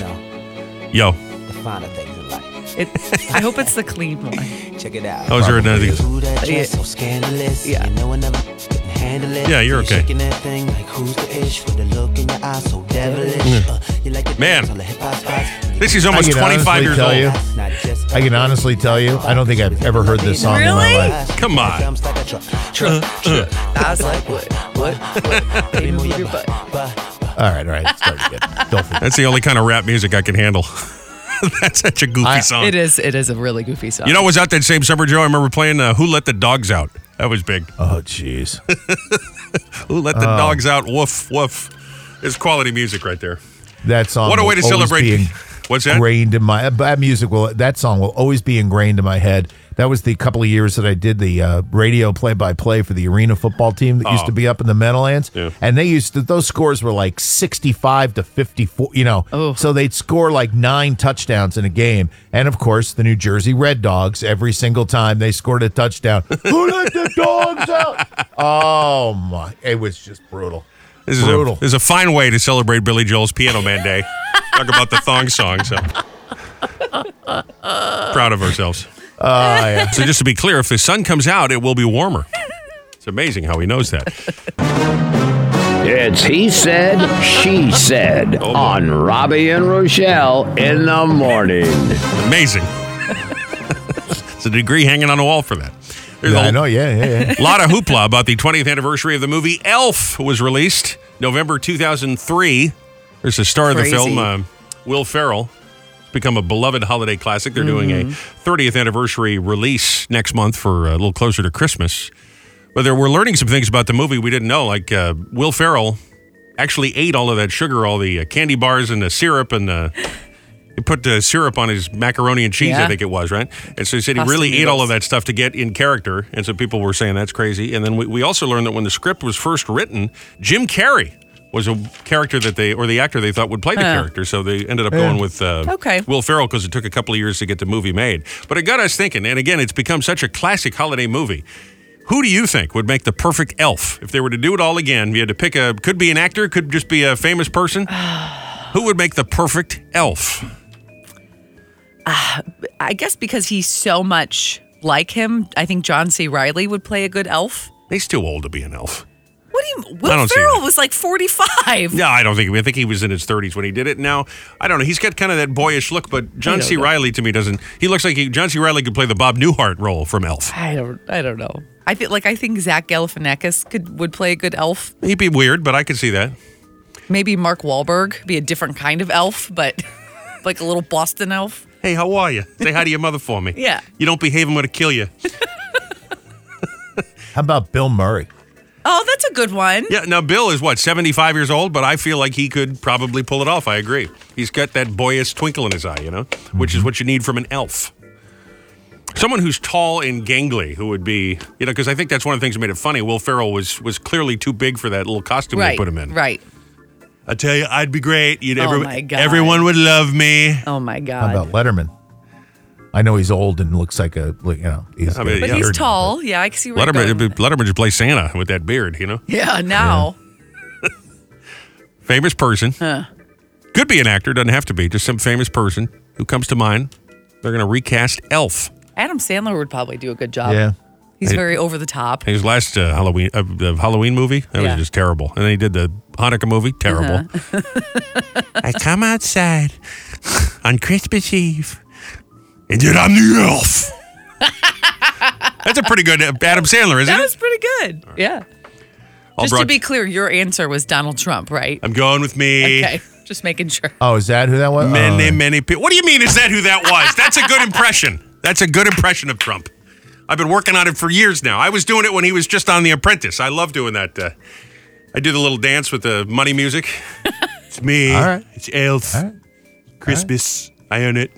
Speaker 1: Yo.
Speaker 21: the finer things in life.
Speaker 2: It, I hope it's the clean one.
Speaker 21: Check it out.
Speaker 1: Oh, is there another?
Speaker 21: Ooh, that dress
Speaker 2: Yeah.
Speaker 21: so scandalous. Yeah. You know I never couldn't handle it.
Speaker 1: Yeah, you're okay.
Speaker 21: Shaking that thing like who's the ish with the look in your eyes so devilish.
Speaker 1: Yeah.
Speaker 21: Uh, you like it
Speaker 1: Man.
Speaker 21: dance on the hip hop spots.
Speaker 1: This is almost
Speaker 3: I can
Speaker 1: 25
Speaker 3: honestly
Speaker 1: years
Speaker 3: tell
Speaker 1: old.
Speaker 3: You, I can honestly tell you, I don't think I've ever heard this song in my life.
Speaker 1: Come on. Uh,
Speaker 2: I was like, what? What? what? Baby, move your butt.
Speaker 3: All right, all right. It's starting to get filthy.
Speaker 1: That's the only kind of rap music I can handle. That's such a goofy song.
Speaker 2: It is. It is a really goofy song.
Speaker 1: You know, what was out that same summer, Joe. I remember playing uh, "Who Let the Dogs Out." That was big.
Speaker 3: Oh, jeez.
Speaker 1: Who let the
Speaker 3: Oh.
Speaker 1: dogs out? Woof woof. It's quality music right there.
Speaker 3: That song.
Speaker 1: What a
Speaker 3: will
Speaker 1: way to
Speaker 3: always
Speaker 1: celebrate-
Speaker 3: be ing-
Speaker 1: What's that?
Speaker 3: Ingrained in my that music will that song will always be ingrained in my head. That was the couple of years that I did the uh, radio play by play for the arena football team that used
Speaker 1: Oh.
Speaker 3: to be up in the Meadowlands,
Speaker 1: Yeah.
Speaker 3: and they used to, those scores were like sixty five to fifty four. You know, so they'd score like nine touchdowns in a game, and of course the New Jersey Red Dogs every single time they scored a touchdown. Who let the dogs out? Oh my! It was just brutal.
Speaker 1: This is
Speaker 3: brutal.
Speaker 1: a this is a fine way to celebrate Billy Joel's Piano Man Day. Talk about the thong song. So proud of ourselves.
Speaker 3: Uh, yeah.
Speaker 1: So just to be clear, if the sun comes out, it will be warmer. It's amazing how he knows that.
Speaker 22: It's He Said, She Said on Robbie and Rochelle in the morning.
Speaker 1: Amazing. It's a degree hanging on a wall for that. There's
Speaker 3: Yeah,
Speaker 1: a
Speaker 3: I know. Yeah, yeah, yeah.
Speaker 1: A lot of hoopla about the 20th anniversary of the movie Elf was released November 2003. There's the star
Speaker 6: Crazy.
Speaker 1: of the film, um, Will Ferrell. It's become a beloved holiday classic. They're doing
Speaker 6: Mm-hmm.
Speaker 1: a 30th anniversary release next month for uh, a little closer to Christmas. But there, we're learning some things about the movie we didn't know. Like uh, Will Ferrell actually ate all of that sugar, all the uh, candy bars and the syrup and the. He put the syrup on his macaroni and cheese, I
Speaker 6: Yeah.
Speaker 1: think it was, right? And so he said he
Speaker 6: Pasta
Speaker 1: really ate all
Speaker 6: noodles.
Speaker 1: of that stuff to get in character. And so people were saying that's crazy. And then we, we also learned that when the script was first written, Jim Carrey was a character that they, or the actor they thought would play the
Speaker 2: Huh.
Speaker 1: character. So they ended up
Speaker 2: Yeah.
Speaker 1: going with uh,
Speaker 2: Okay.
Speaker 1: Will Ferrell because it took a couple of years to get the movie made. But it got us thinking. And again, it's become such a classic holiday movie. Who do you think would make the perfect elf if they were to do it all again? You had to pick a, could be an actor, could just be a famous person. Who would make the perfect elf?
Speaker 2: I guess because he's so much like him, I think John C. Riley would play a good elf.
Speaker 1: He's too old to be an elf.
Speaker 2: What do you?
Speaker 1: I
Speaker 2: Will
Speaker 1: don't see
Speaker 2: Ferrell
Speaker 1: that.
Speaker 2: was like forty-five.
Speaker 1: No, I don't think. I think he was in his 30s when he did it. Now, I don't know. He's got kind of that boyish look, but John
Speaker 2: don't
Speaker 1: C.
Speaker 2: know.
Speaker 1: Riley to me doesn't. He looks like he, John C. Riley could play the Bob Newhart role from Elf.
Speaker 2: I don't. I don't know. I think like I think Zach Galifianakis could would play a good elf.
Speaker 1: He'd be weird, but I could see that.
Speaker 2: Maybe Mark Wahlberg be a different kind of elf, but like a little Boston elf.
Speaker 1: Hey, how are you? Say hi to your mother for me.
Speaker 2: Yeah.
Speaker 1: You don't behave, I'm going to kill you.
Speaker 3: How about Bill Murray?
Speaker 2: Oh, that's a good one.
Speaker 1: Yeah. Now, Bill is what 75 years old, but I feel like he could probably pull it off. I agree. He's got that boyish twinkle in his eye, you know, which
Speaker 3: Mm-hmm.
Speaker 1: is what you need from an elf. Someone who's tall and gangly, who would be, you know, because I think that's one of the things that made it funny. Will Ferrell was was clearly too big for that little costume
Speaker 2: right.
Speaker 1: they put him in.
Speaker 2: Right.
Speaker 1: I tell you, I'd be great. You'd
Speaker 2: Oh
Speaker 1: every-
Speaker 2: my God.
Speaker 1: everyone would love me.
Speaker 2: Oh my
Speaker 3: How
Speaker 2: god.
Speaker 3: about Letterman? I know he's old and looks like a, like, you know, he's
Speaker 1: I mean,
Speaker 2: but
Speaker 1: yeah.
Speaker 2: he's tall. Yeah, I can see where you're
Speaker 1: Letterman, uh,
Speaker 2: going.
Speaker 1: Letterman just plays Santa with that beard, you know.
Speaker 2: Yeah. Now.
Speaker 1: famous person.
Speaker 2: Huh.
Speaker 1: Could be an actor, doesn't have to be, just some famous person who comes to mind. They're going to recast Elf.
Speaker 2: Adam Sandler would probably do a good job.
Speaker 1: Yeah.
Speaker 2: He's
Speaker 1: Hey.
Speaker 2: very over the top.
Speaker 1: His last uh, Halloween uh, the Halloween movie, that
Speaker 2: Yeah.
Speaker 1: was just terrible. And then he did the Hanukkah movie, terrible. I come outside
Speaker 2: Uh-huh.
Speaker 1: on Christmas Eve and then I'm the elf. That's a pretty good uh, Adam Sandler, isn't
Speaker 2: that
Speaker 1: it?
Speaker 2: was pretty good. Yeah.
Speaker 1: All
Speaker 2: Just to
Speaker 1: broad-
Speaker 2: be clear, your answer was Donald Trump, right?
Speaker 1: I'm going with me.
Speaker 2: Okay. Just making sure.
Speaker 3: Oh, is that who that was? Oh.
Speaker 1: Many, many people. What do you mean, is that who that was? That's a good impression. That's a good impression of Trump. I've been working on it for years now. I was doing it when he was just on The Apprentice. I love doing that. Uh, I do the little dance with the money music. it's me.
Speaker 3: All right.
Speaker 1: It's Elf.
Speaker 3: All right.
Speaker 1: Christmas. I own it.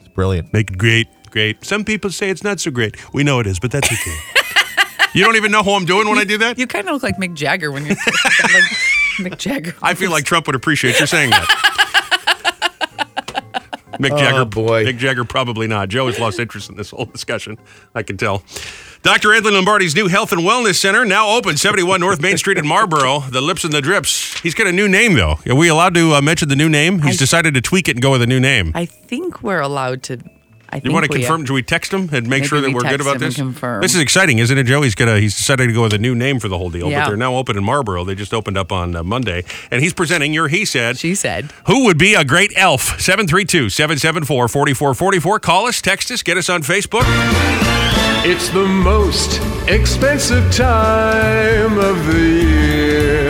Speaker 3: It's brilliant.
Speaker 1: Make it great. great. Some people say it's not so great. We know it is, but that's okay. you don't even know who I'm doing when I do that?
Speaker 2: You kind of look like Mick Jagger when you're like Mick Jagger.
Speaker 1: I feel like Trump would appreciate you saying that. Mick
Speaker 2: Oh,
Speaker 1: Jagger, boy. Mick Jagger, probably not. Joe has lost interest in this whole discussion. I can tell. Dr. Edlin Lombardi's new Health and Wellness Center now open, 71 North Main Street in Marlboro. The Lips and the Drips. He's got a new name though. Are we allowed to uh, mention the new name? He's decided to tweak it and go with a new name.
Speaker 2: I think we're allowed to. I
Speaker 1: you
Speaker 2: think
Speaker 1: want to
Speaker 2: we-
Speaker 1: confirm? Do we text him and make
Speaker 2: Maybe
Speaker 1: sure that
Speaker 2: we
Speaker 1: we're good
Speaker 2: text
Speaker 1: about
Speaker 2: him and
Speaker 1: this?
Speaker 2: confirm.
Speaker 1: This is exciting, isn't it, Joe? He's gonna he's decided to go with a new name for the whole deal. But
Speaker 2: Yeah.
Speaker 1: they're now open in Marlboro. They just opened up on uh, Monday, and he's presenting your he said, she said, who would be a great elf? 732-774-4444. Call us, text us, get us on Facebook.
Speaker 23: It's the most expensive time of the year.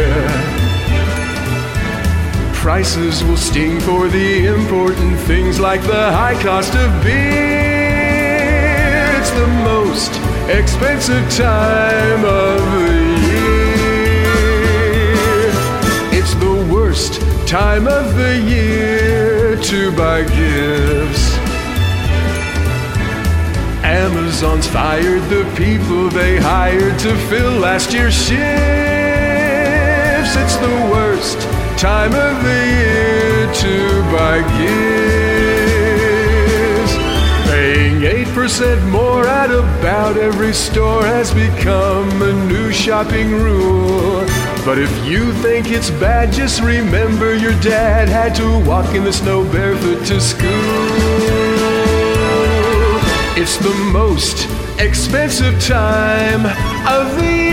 Speaker 23: Prices will sting for the important things like the high cost of beer. It's the most expensive time of the year. It's the worst time of the year to buy gifts. Amazon's fired the people they hired to fill last year's shifts. It's the worst time of the year to buy gifts. Paying 8% more at about every store has become a new shopping rule. But if you think it's bad, just remember your dad had to walk in the snow barefoot to school. It's the most expensive time of the year.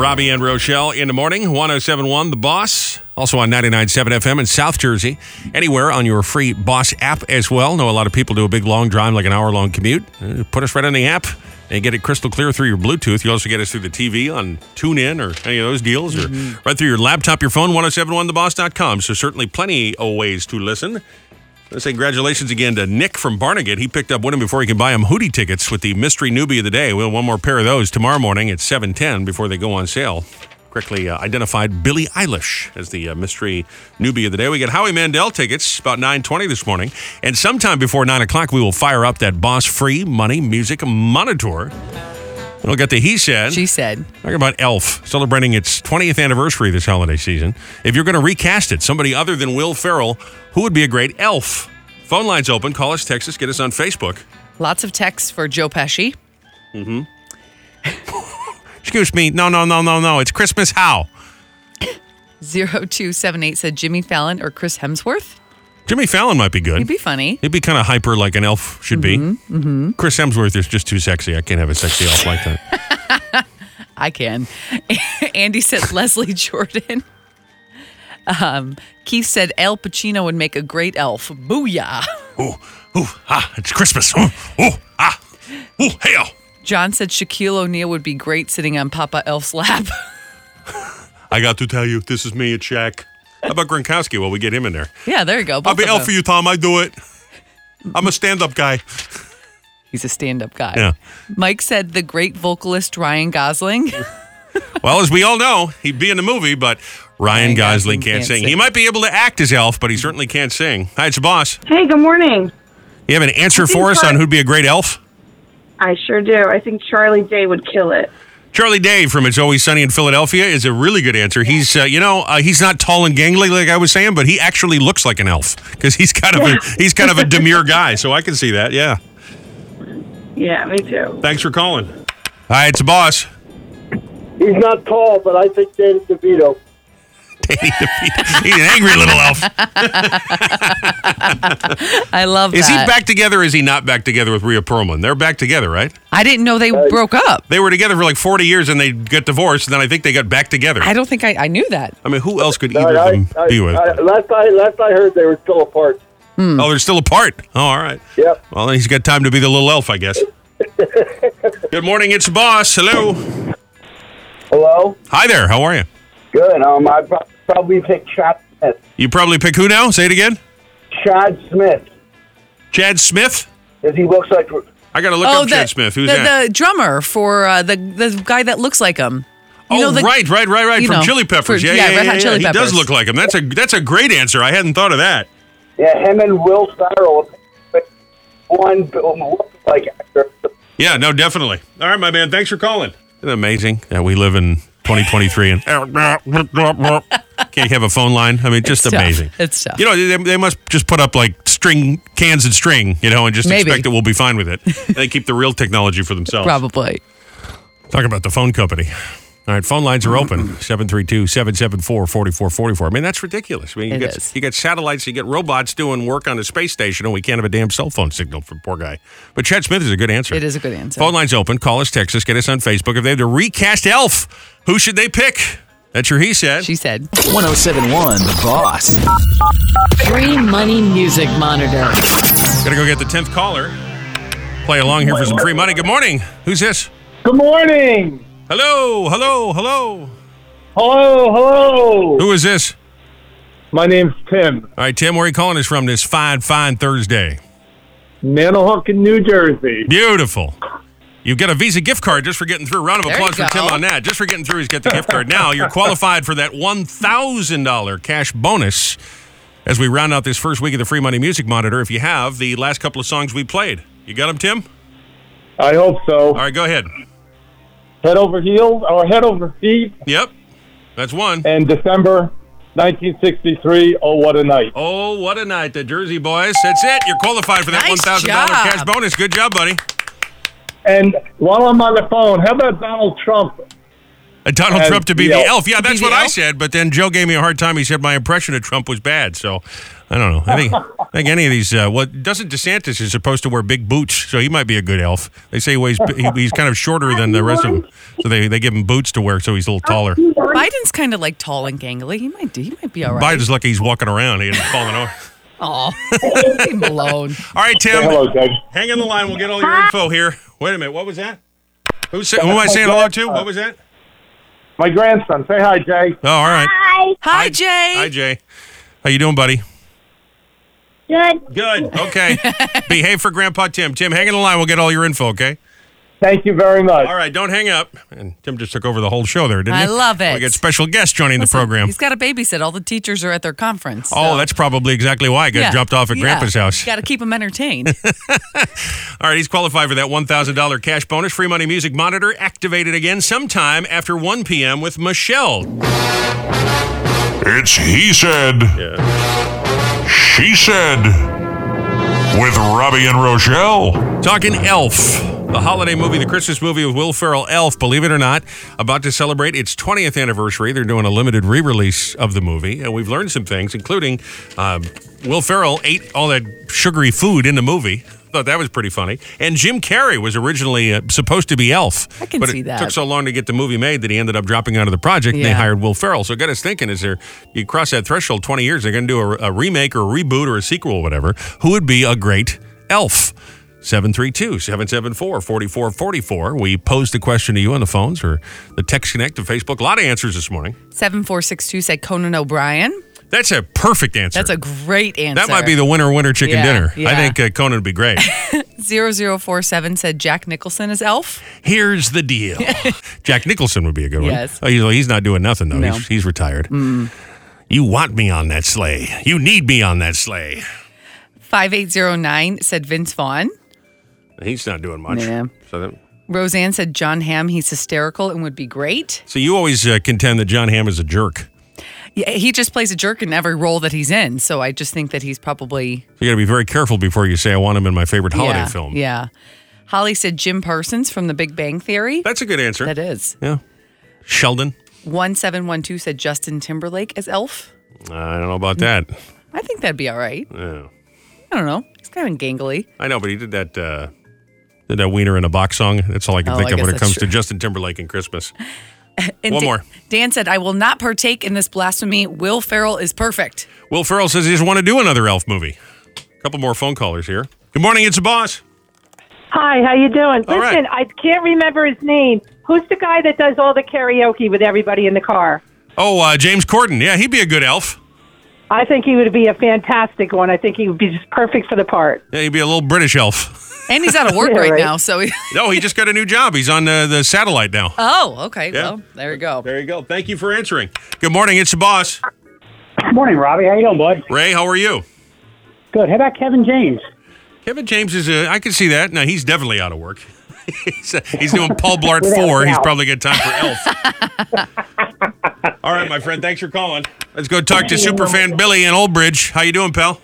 Speaker 1: Robbie and Rochelle in the morning, 1071 The Boss, also on 997 FM in South Jersey, anywhere on your free Boss app as well. Know a lot of people do a big long drive, like an hour long commute. Uh, Put us right on the app and get it crystal clear through your Bluetooth. You also get us through the TV on TuneIn or any of those deals, or right through your laptop, your phone, 1071theboss.com. So, certainly plenty of ways to listen. Let's say congratulations again to Nick from Barnegat. He picked up winning before he could buy him hoodie tickets with the mystery newbie of the day. We'll have one more pair of those tomorrow morning at 7:10 before they go on sale. Correctly uh, identified Billie Eilish as the uh, mystery newbie of the day. We got Howie Mandel tickets about 9:20 this morning, and sometime before 9 o'clock we will fire up that Boss Free Money Music Monitor. We'll get the he said. She
Speaker 2: said.
Speaker 1: Talking about Elf celebrating its 20th anniversary this holiday season. If you're going to recast it, somebody other than Will Ferrell, who would be a great Elf? Phone lines open. Call us, text us, get us on Facebook.
Speaker 2: Lots of texts for Joe Pesci.
Speaker 1: Mm-hmm. Excuse me. No, no, no, no, no. It's Christmas. How?
Speaker 2: 0278 said Jimmy Fallon or Chris Hemsworth.
Speaker 1: Jimmy Fallon might be good.
Speaker 2: He'd be funny.
Speaker 1: He'd be kind of hyper like an elf should be.
Speaker 2: Mm-hmm.
Speaker 1: Chris Hemsworth is just too sexy. I can't have a sexy elf like that.
Speaker 2: I can. Andy said Leslie Jordan. Um, Keith said Al Pacino would make a great elf. Booyah.
Speaker 1: Ooh, ah, it's Christmas. Ooh, ooh, ah, ooh, hell.
Speaker 2: John said Shaquille O'Neal would be great sitting on Papa Elf's lap.
Speaker 1: I got to tell you, this is me at Shaq. How about Gronkowski? Well, we get him in there.
Speaker 2: yeah, there you go.
Speaker 1: I'll
Speaker 2: Both
Speaker 1: be
Speaker 2: of
Speaker 1: elf
Speaker 2: them.
Speaker 1: for you, Tom. I do it. I'm a stand-up guy.
Speaker 2: He's a stand-up guy.
Speaker 1: Yeah.
Speaker 2: Mike said the great vocalist Ryan Gosling.
Speaker 1: Well, as we all know, he'd be in the movie, but Ryan Gosling can't,
Speaker 2: can't
Speaker 1: sing.
Speaker 2: sing.
Speaker 1: He might be able to act as Elf, but he certainly can't sing. Hi, it's the boss.
Speaker 13: Hey, good morning.
Speaker 1: You have an answer
Speaker 13: I think
Speaker 1: for us on
Speaker 13: Char-
Speaker 1: who'd be a great Elf?
Speaker 13: I sure do. I think Charlie Day would kill it.
Speaker 1: Charlie Day from It's Always Sunny in Philadelphia is a really good answer. He's, uh, you know, uh, he's not tall and gangly like I was saying, but he actually looks like an elf because he's kind of a, he's kind of a demure guy. So I can see that. Yeah.
Speaker 13: Yeah, me too.
Speaker 1: Thanks for calling. Hi, it's the boss.
Speaker 24: He's not tall, but I think Danny DeVito.
Speaker 1: Danny DeVito. He's an angry little elf.
Speaker 2: I love
Speaker 1: Is he
Speaker 2: that.
Speaker 1: back together? Or is he not back together with Rhea Perlman? They're back together, right?
Speaker 2: I didn't know they
Speaker 24: Uh,
Speaker 2: broke up.
Speaker 1: They were together for like 40 years and they got divorced, and then I think they got back together.
Speaker 2: I don't think I, I knew that.
Speaker 1: I mean, who else could either of them be with?
Speaker 24: I- Uh, last I last I heard, they were still apart. Hmm.
Speaker 1: Oh, they're still apart. Oh, all right. Yep. Well, then he's got time to be the little elf, I guess. Good morning. It's the boss. Hello.
Speaker 24: Hello.
Speaker 1: Hi there. How are you?
Speaker 24: Good. Um, I pro- probably picked Chad Smith.
Speaker 1: You probably pick who now? Say it again.
Speaker 24: Chad Smith.
Speaker 1: Chad Smith.
Speaker 24: Because he looks like.
Speaker 1: I gotta look up Chad Smith. Who's
Speaker 2: Oh, the,
Speaker 1: that?
Speaker 2: the drummer for uh, the the guy that looks like him. You
Speaker 1: oh,
Speaker 2: know, the-
Speaker 1: right, right, right, right.
Speaker 2: you
Speaker 1: From
Speaker 2: know,
Speaker 1: Chili Peppers.
Speaker 2: for-
Speaker 1: yeah, yeah, yeah.
Speaker 2: Red Hot
Speaker 1: yeah,
Speaker 2: Chili
Speaker 1: He
Speaker 2: Peppers.
Speaker 1: does look like him. That's a that's a great answer. I hadn't thought of that.
Speaker 24: Yeah, him and Will Farrell, one like actor.
Speaker 1: Yeah, no, definitely. All right, my man. Thanks for calling. Isn't it amazing that we live in 2023 and can't have a phone line? I mean, just
Speaker 2: It's tough.
Speaker 1: amazing.
Speaker 2: It's tough.
Speaker 1: You know, they, they must just put up like string cans and string, you know, and just
Speaker 2: Maybe.
Speaker 1: expect that we'll be fine with it. they keep the real technology for themselves.
Speaker 2: Probably.
Speaker 1: Talk about the phone company. All right, phone lines are open 732 774 4444. I mean, that's ridiculous. I mean, you,
Speaker 6: It
Speaker 1: get, you get satellites, you get robots doing work on a space station, and we can't have a damn cell phone signal for poor guy. But Chad Smith is a good answer.
Speaker 2: It is a good answer.
Speaker 1: Phone lines open. Call us, text us, get us on Facebook. If they have to recast Elf, who should they pick? That's your he said. She
Speaker 2: said.
Speaker 1: 1071 The Boss.
Speaker 7: Free money music monitor.
Speaker 1: Gotta go get the 10th caller. Play along here for some free money. Good morning. Who's this?
Speaker 24: Good morning.
Speaker 1: Hello, hello, hello.
Speaker 24: Hello, hello.
Speaker 1: Who is this?
Speaker 24: My name's Tim.
Speaker 1: All right, Tim, where are you calling us from this fine, fine Thursday?
Speaker 24: Manahawkin, New Jersey.
Speaker 1: Beautiful. You get a Visa gift card just for getting through. Round of
Speaker 24: There
Speaker 1: applause for
Speaker 24: you
Speaker 1: Tim
Speaker 24: go.
Speaker 1: on that. Just for getting through, he's got the gift card. Now you're qualified for that $1,000 cash bonus as we round out this first week of the Free Money Music Monitor. If you have the last couple of songs we played, you got them, Tim?
Speaker 24: I hope so.
Speaker 1: All right, go ahead.
Speaker 24: Head over heels or head over feet.
Speaker 1: Yep. That's one.
Speaker 24: And December 1963. Oh, what a night.
Speaker 1: Oh, what a night, the Jersey Boys. That's it. You're qualified for that
Speaker 24: Nice
Speaker 1: $1,000
Speaker 24: job.
Speaker 1: cash bonus. Good job, buddy.
Speaker 24: And while I'm on the phone, how about Donald Trump?
Speaker 1: Uh, Donald
Speaker 24: And
Speaker 1: Trump to be
Speaker 24: the
Speaker 1: the
Speaker 24: elf.
Speaker 1: elf. Yeah,
Speaker 24: To be
Speaker 1: that's
Speaker 24: the
Speaker 1: what I
Speaker 24: elf?
Speaker 1: said. But then Joe gave me a hard time. He said my impression of Trump was bad. So I don't know. I think, I think any of these. Uh, well, doesn't DeSantis is supposed to wear big boots, so he might be a good elf. They say he weighs. He, he's kind of shorter than the rest of them, so they, they give him boots to wear, so he's a little taller.
Speaker 2: Biden's kind of like tall and gangly. He might he might be all right.
Speaker 1: Biden's lucky he's walking around. He hasn't fallen over.
Speaker 2: Aw, leave him alone.
Speaker 1: All right, Tim.
Speaker 24: Hello, Doug.
Speaker 1: Hang on the line. We'll get all your info here. Wait a minute. What was that? Who, sa- who am I saying hello to? What was that?
Speaker 24: My grandson. Say hi, Jay.
Speaker 1: Oh, all right.
Speaker 24: Hi.
Speaker 2: Hi, Jay.
Speaker 1: Hi, Jay. How you doing, buddy?
Speaker 24: Good.
Speaker 1: Good. Okay. Behave for Grandpa Tim. Tim, hang in the line. We'll get all your info, okay?
Speaker 24: Thank you very much.
Speaker 1: All right, don't hang up. And Tim just took over the whole show there, didn't
Speaker 2: I
Speaker 1: he?
Speaker 2: love it.
Speaker 1: We got special guests joining
Speaker 2: Listen,
Speaker 1: the program.
Speaker 2: He's got a babysit. All the teachers are at their conference.
Speaker 1: Oh, that's probably exactly why I got
Speaker 2: Yeah.
Speaker 1: dropped off at
Speaker 2: Yeah.
Speaker 1: Grandpa's house.
Speaker 2: Got to keep them entertained.
Speaker 1: All right, he's qualified for that $1,000 cash bonus. Free Money Music Monitor activated again sometime after 1 p.m. with Michelle.
Speaker 8: It's He Said, She Said, with Robbie and Rochelle.
Speaker 1: Talking Elf, the holiday movie, the Christmas movie with Will Ferrell, Elf, believe it or not, about to celebrate its 20th anniversary. They're doing a limited re release of the movie, and we've learned some things, including um, Will Ferrell ate all that sugary food in the movie. Thought that was pretty funny. And Jim Carrey was originally uh, supposed to be Elf. I
Speaker 2: can
Speaker 1: but
Speaker 2: see
Speaker 1: it
Speaker 2: that.
Speaker 1: took so long to get the movie made that he ended up dropping out of the project, and they
Speaker 2: Yeah.
Speaker 1: hired Will Ferrell. So it got us thinking is there, you cross that threshold 20 years, they're going to do a, a remake or a reboot or a sequel or whatever. Who would be a great Elf? 732 774 4444. We posed the question to you on the phones or the text connect to Facebook. A lot of answers this morning.
Speaker 2: 7462 said Conan O'Brien.
Speaker 1: That's a perfect answer.
Speaker 2: That's a great answer.
Speaker 1: That might be the winner, winner chicken
Speaker 2: Yeah,
Speaker 1: dinner. I
Speaker 2: yeah.
Speaker 1: think uh, Conan would be great.
Speaker 2: 0047 said Jack Nicholson is Elf.
Speaker 1: Here's the deal Jack Nicholson would be a good one.
Speaker 2: Yes.
Speaker 1: Oh, he's, he's not doing nothing, though.
Speaker 2: No. Mm.
Speaker 1: He's, he's retired. You want me on that sleigh. You need me on that sleigh.
Speaker 2: 5809 said Vince Vaughn.
Speaker 1: He's not doing much.
Speaker 2: Yeah.
Speaker 1: So, that,
Speaker 2: Roseanne said John Hamm. He's hysterical and would be great.
Speaker 1: so you always uh, contend that John Hamm is a jerk.
Speaker 2: Yeah, He just plays a jerk in every role that he's in. So I just think that he's probably.
Speaker 1: So you got to be very careful before you say, I want him in my favorite holiday
Speaker 2: yeah,
Speaker 1: film.
Speaker 2: Yeah. Holly said Jim Parsons from The Big Bang Theory.
Speaker 1: That's a good answer.
Speaker 2: That is.
Speaker 1: Yeah. Sheldon.
Speaker 2: 1712 said Justin Timberlake as Elf.
Speaker 1: Uh, I don't know about
Speaker 2: Mm.
Speaker 1: that.
Speaker 2: I think that'd be all right.
Speaker 1: Yeah.
Speaker 2: I don't know. He's kind of gangly.
Speaker 1: I know, but he did that. Uh, did that wiener in a box song? That's all I can
Speaker 2: Oh,
Speaker 1: think
Speaker 2: I
Speaker 1: of
Speaker 2: guess
Speaker 1: when it
Speaker 2: that's
Speaker 1: comes to
Speaker 2: true.
Speaker 1: Justin Timberlake and Christmas.
Speaker 2: And
Speaker 1: One
Speaker 2: Dan-
Speaker 1: more.
Speaker 2: Dan said, I will not partake in this blasphemy. Will Ferrell is perfect.
Speaker 1: Will Ferrell says he just want to do another Elf movie. A couple more phone callers here. Good morning, it's the boss.
Speaker 25: Hi, how you doing?
Speaker 1: All right.
Speaker 25: Listen, I can't remember his name. Who's the guy that does all the karaoke with everybody in the car?
Speaker 1: Oh, uh, James Corden. Yeah, he'd be a good Elf.
Speaker 25: I think he would be a fantastic one. I think he would be just perfect for the part.
Speaker 1: Yeah, he'd be a little British Elf.
Speaker 2: And he's out of work
Speaker 25: Yeah,
Speaker 2: right,
Speaker 25: right.
Speaker 2: now. So, he-
Speaker 1: no, he just got a new job. He's on uh, the satellite now.
Speaker 2: oh, okay.
Speaker 1: Yeah.
Speaker 2: Well, there you go.
Speaker 1: There you go. Thank you for answering. Good morning, it's the boss.
Speaker 26: Morning, Robbie. How you doing, bud?
Speaker 1: Ray, how are you?
Speaker 11: Good. How about Kevin James?
Speaker 1: Kevin James is a. I can see that. Now he's definitely out of work. he's, uh, he's doing Paul Blart
Speaker 11: Without
Speaker 1: four. He's
Speaker 11: doubt.
Speaker 1: probably got time for Elf. All right, my friend. Thanks for calling. Let's go talk to superfan Billy in Old Bridge. How you doing, pal?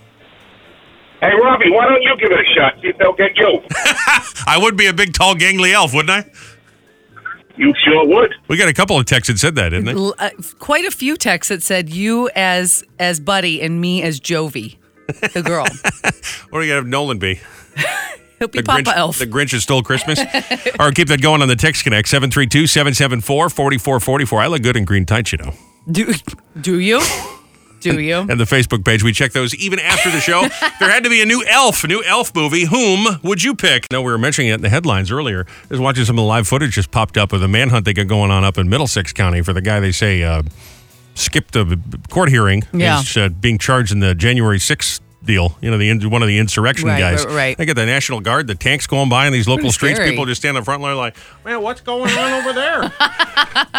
Speaker 12: Hey, Robbie, why don't you give it a shot? See if they'll get you.
Speaker 1: I would be a big, tall, gangly elf, wouldn't I?
Speaker 12: You sure would.
Speaker 1: We got a couple of texts that said that, didn't they?
Speaker 2: L- uh, quite a few texts that said you as as Buddy and me as Jovi, the girl.
Speaker 1: What are you gonna have Nolan be?
Speaker 2: He'll be
Speaker 1: The
Speaker 2: Papa
Speaker 1: Grinch,
Speaker 2: Elf.
Speaker 1: The Grinch that stole Christmas. All right, keep that going on the text connect 732 774 4444. I look good in green tights, you know.
Speaker 2: Do do you? Do you?
Speaker 1: And the Facebook page, we check those even after the show. there had to be a new elf, a new elf movie. Whom would you pick? No, we were mentioning it in the headlines earlier. I was watching some of the live footage just popped up of the manhunt they got going on up in Middlesex County for the guy they say uh, skipped a court hearing.
Speaker 2: Yeah.
Speaker 1: He's uh, being charged in the January 6th deal, you know, the in- one of the insurrection
Speaker 2: Right,
Speaker 1: guys.
Speaker 2: right, right.
Speaker 1: They got the National Guard, the tanks going by in these local
Speaker 2: Pretty
Speaker 1: streets.
Speaker 2: scary.
Speaker 1: People just stand on the front line like,
Speaker 4: Man, what's going on over there?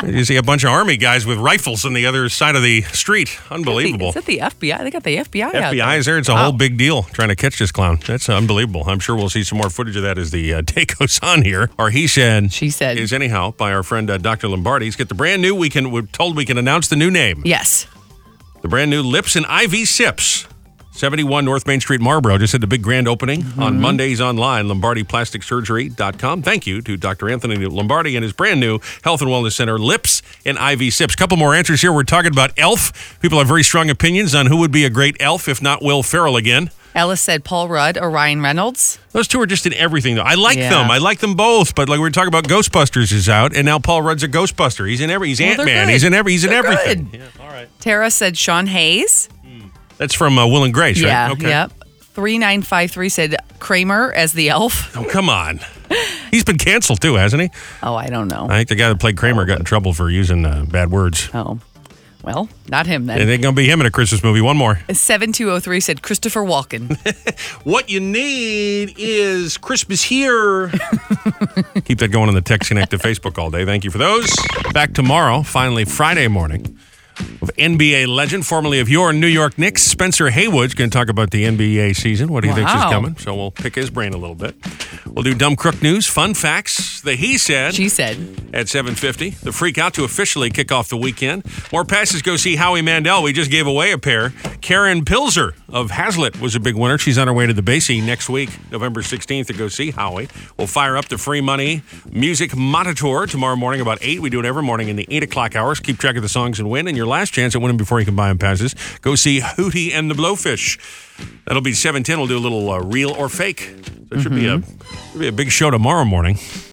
Speaker 1: you see a bunch of army guys with rifles on the other side of the street. Unbelievable.
Speaker 2: Is it the FBI? They got the FBI, out there.
Speaker 1: FBI is there. It's a whole big deal trying to catch this clown. That's unbelievable. I'm sure we'll see some more footage of that as the uh, day goes on here. Or he said, she
Speaker 2: said,
Speaker 1: is anyhow by our friend uh, Dr. Lombardi. He's got the brand new. We can we're told we can announce the new name.
Speaker 2: Yes.
Speaker 1: The brand new Lips and IV Sips. 71 North Main Street, Marlboro. Just had the big grand opening
Speaker 2: Mm-hmm.
Speaker 1: on Mondays online, LombardiPlasticSurgery.com. Thank you to Dr. Anthony Lombardi and his brand new Health and Wellness Center, Lips and IV Sips. Couple more answers here. We're talking about Elf. People have very strong opinions on who would be a great Elf, if not Will Ferrell again.
Speaker 2: Ellis said Paul Rudd or Ryan Reynolds.
Speaker 1: Those two are just in everything, though. I like
Speaker 2: Yeah.
Speaker 1: them. I like them both. But like we were talking about, Ghostbusters is out, and now Paul Rudd's a Ghostbuster. He's in every. He's
Speaker 2: Well,
Speaker 1: Ant
Speaker 2: they're
Speaker 1: Man.
Speaker 2: good.
Speaker 1: He's in every. He's in
Speaker 2: They're
Speaker 1: everything.
Speaker 2: good. Tara said Sean Hayes.
Speaker 1: That's from uh, Will and Grace,
Speaker 2: yeah.
Speaker 1: right?
Speaker 2: Yep. Three nine five three said Kramer as the elf.
Speaker 1: Oh, come on. He's been canceled too, hasn't he?
Speaker 2: Oh, I don't know.
Speaker 1: I think the guy that played Kramer got in trouble for using uh, bad words.
Speaker 2: Oh, well, not him
Speaker 1: It
Speaker 2: then.
Speaker 1: ain't gonna be him in a Christmas movie. One more.
Speaker 2: Seven two zero three said Christopher Walken.
Speaker 1: What you need is Christmas here. Keep that going on the text connect to Facebook all day. Thank you for those. Back tomorrow, finally Friday morning, with NBA legend, formerly of your New York Knicks, Spencer Haywood's going to talk about the NBA season. What he thinks is
Speaker 2: Wow.
Speaker 1: coming. So we'll pick his brain a little bit. We'll do dumb crook news, fun facts, the he said, she
Speaker 2: said
Speaker 1: at 7:50. The freak out to officially kick off the weekend. More passes go see Howie Mandel. We just gave away a pair. Karen Pilzer of Hazlitt was a big winner. She's on her way to the Basie next week, November 16th, to go see Howie. We'll fire up the free money music monitor tomorrow morning about eight. We do it every morning in the eight o'clock hours. Keep track of the songs and win. And your last chance at winning before you can buy them passes. Go see Hootie and the Blowfish. That'll be 710. We'll do a little uh, real or fake. So it should be a should be a big show tomorrow morning.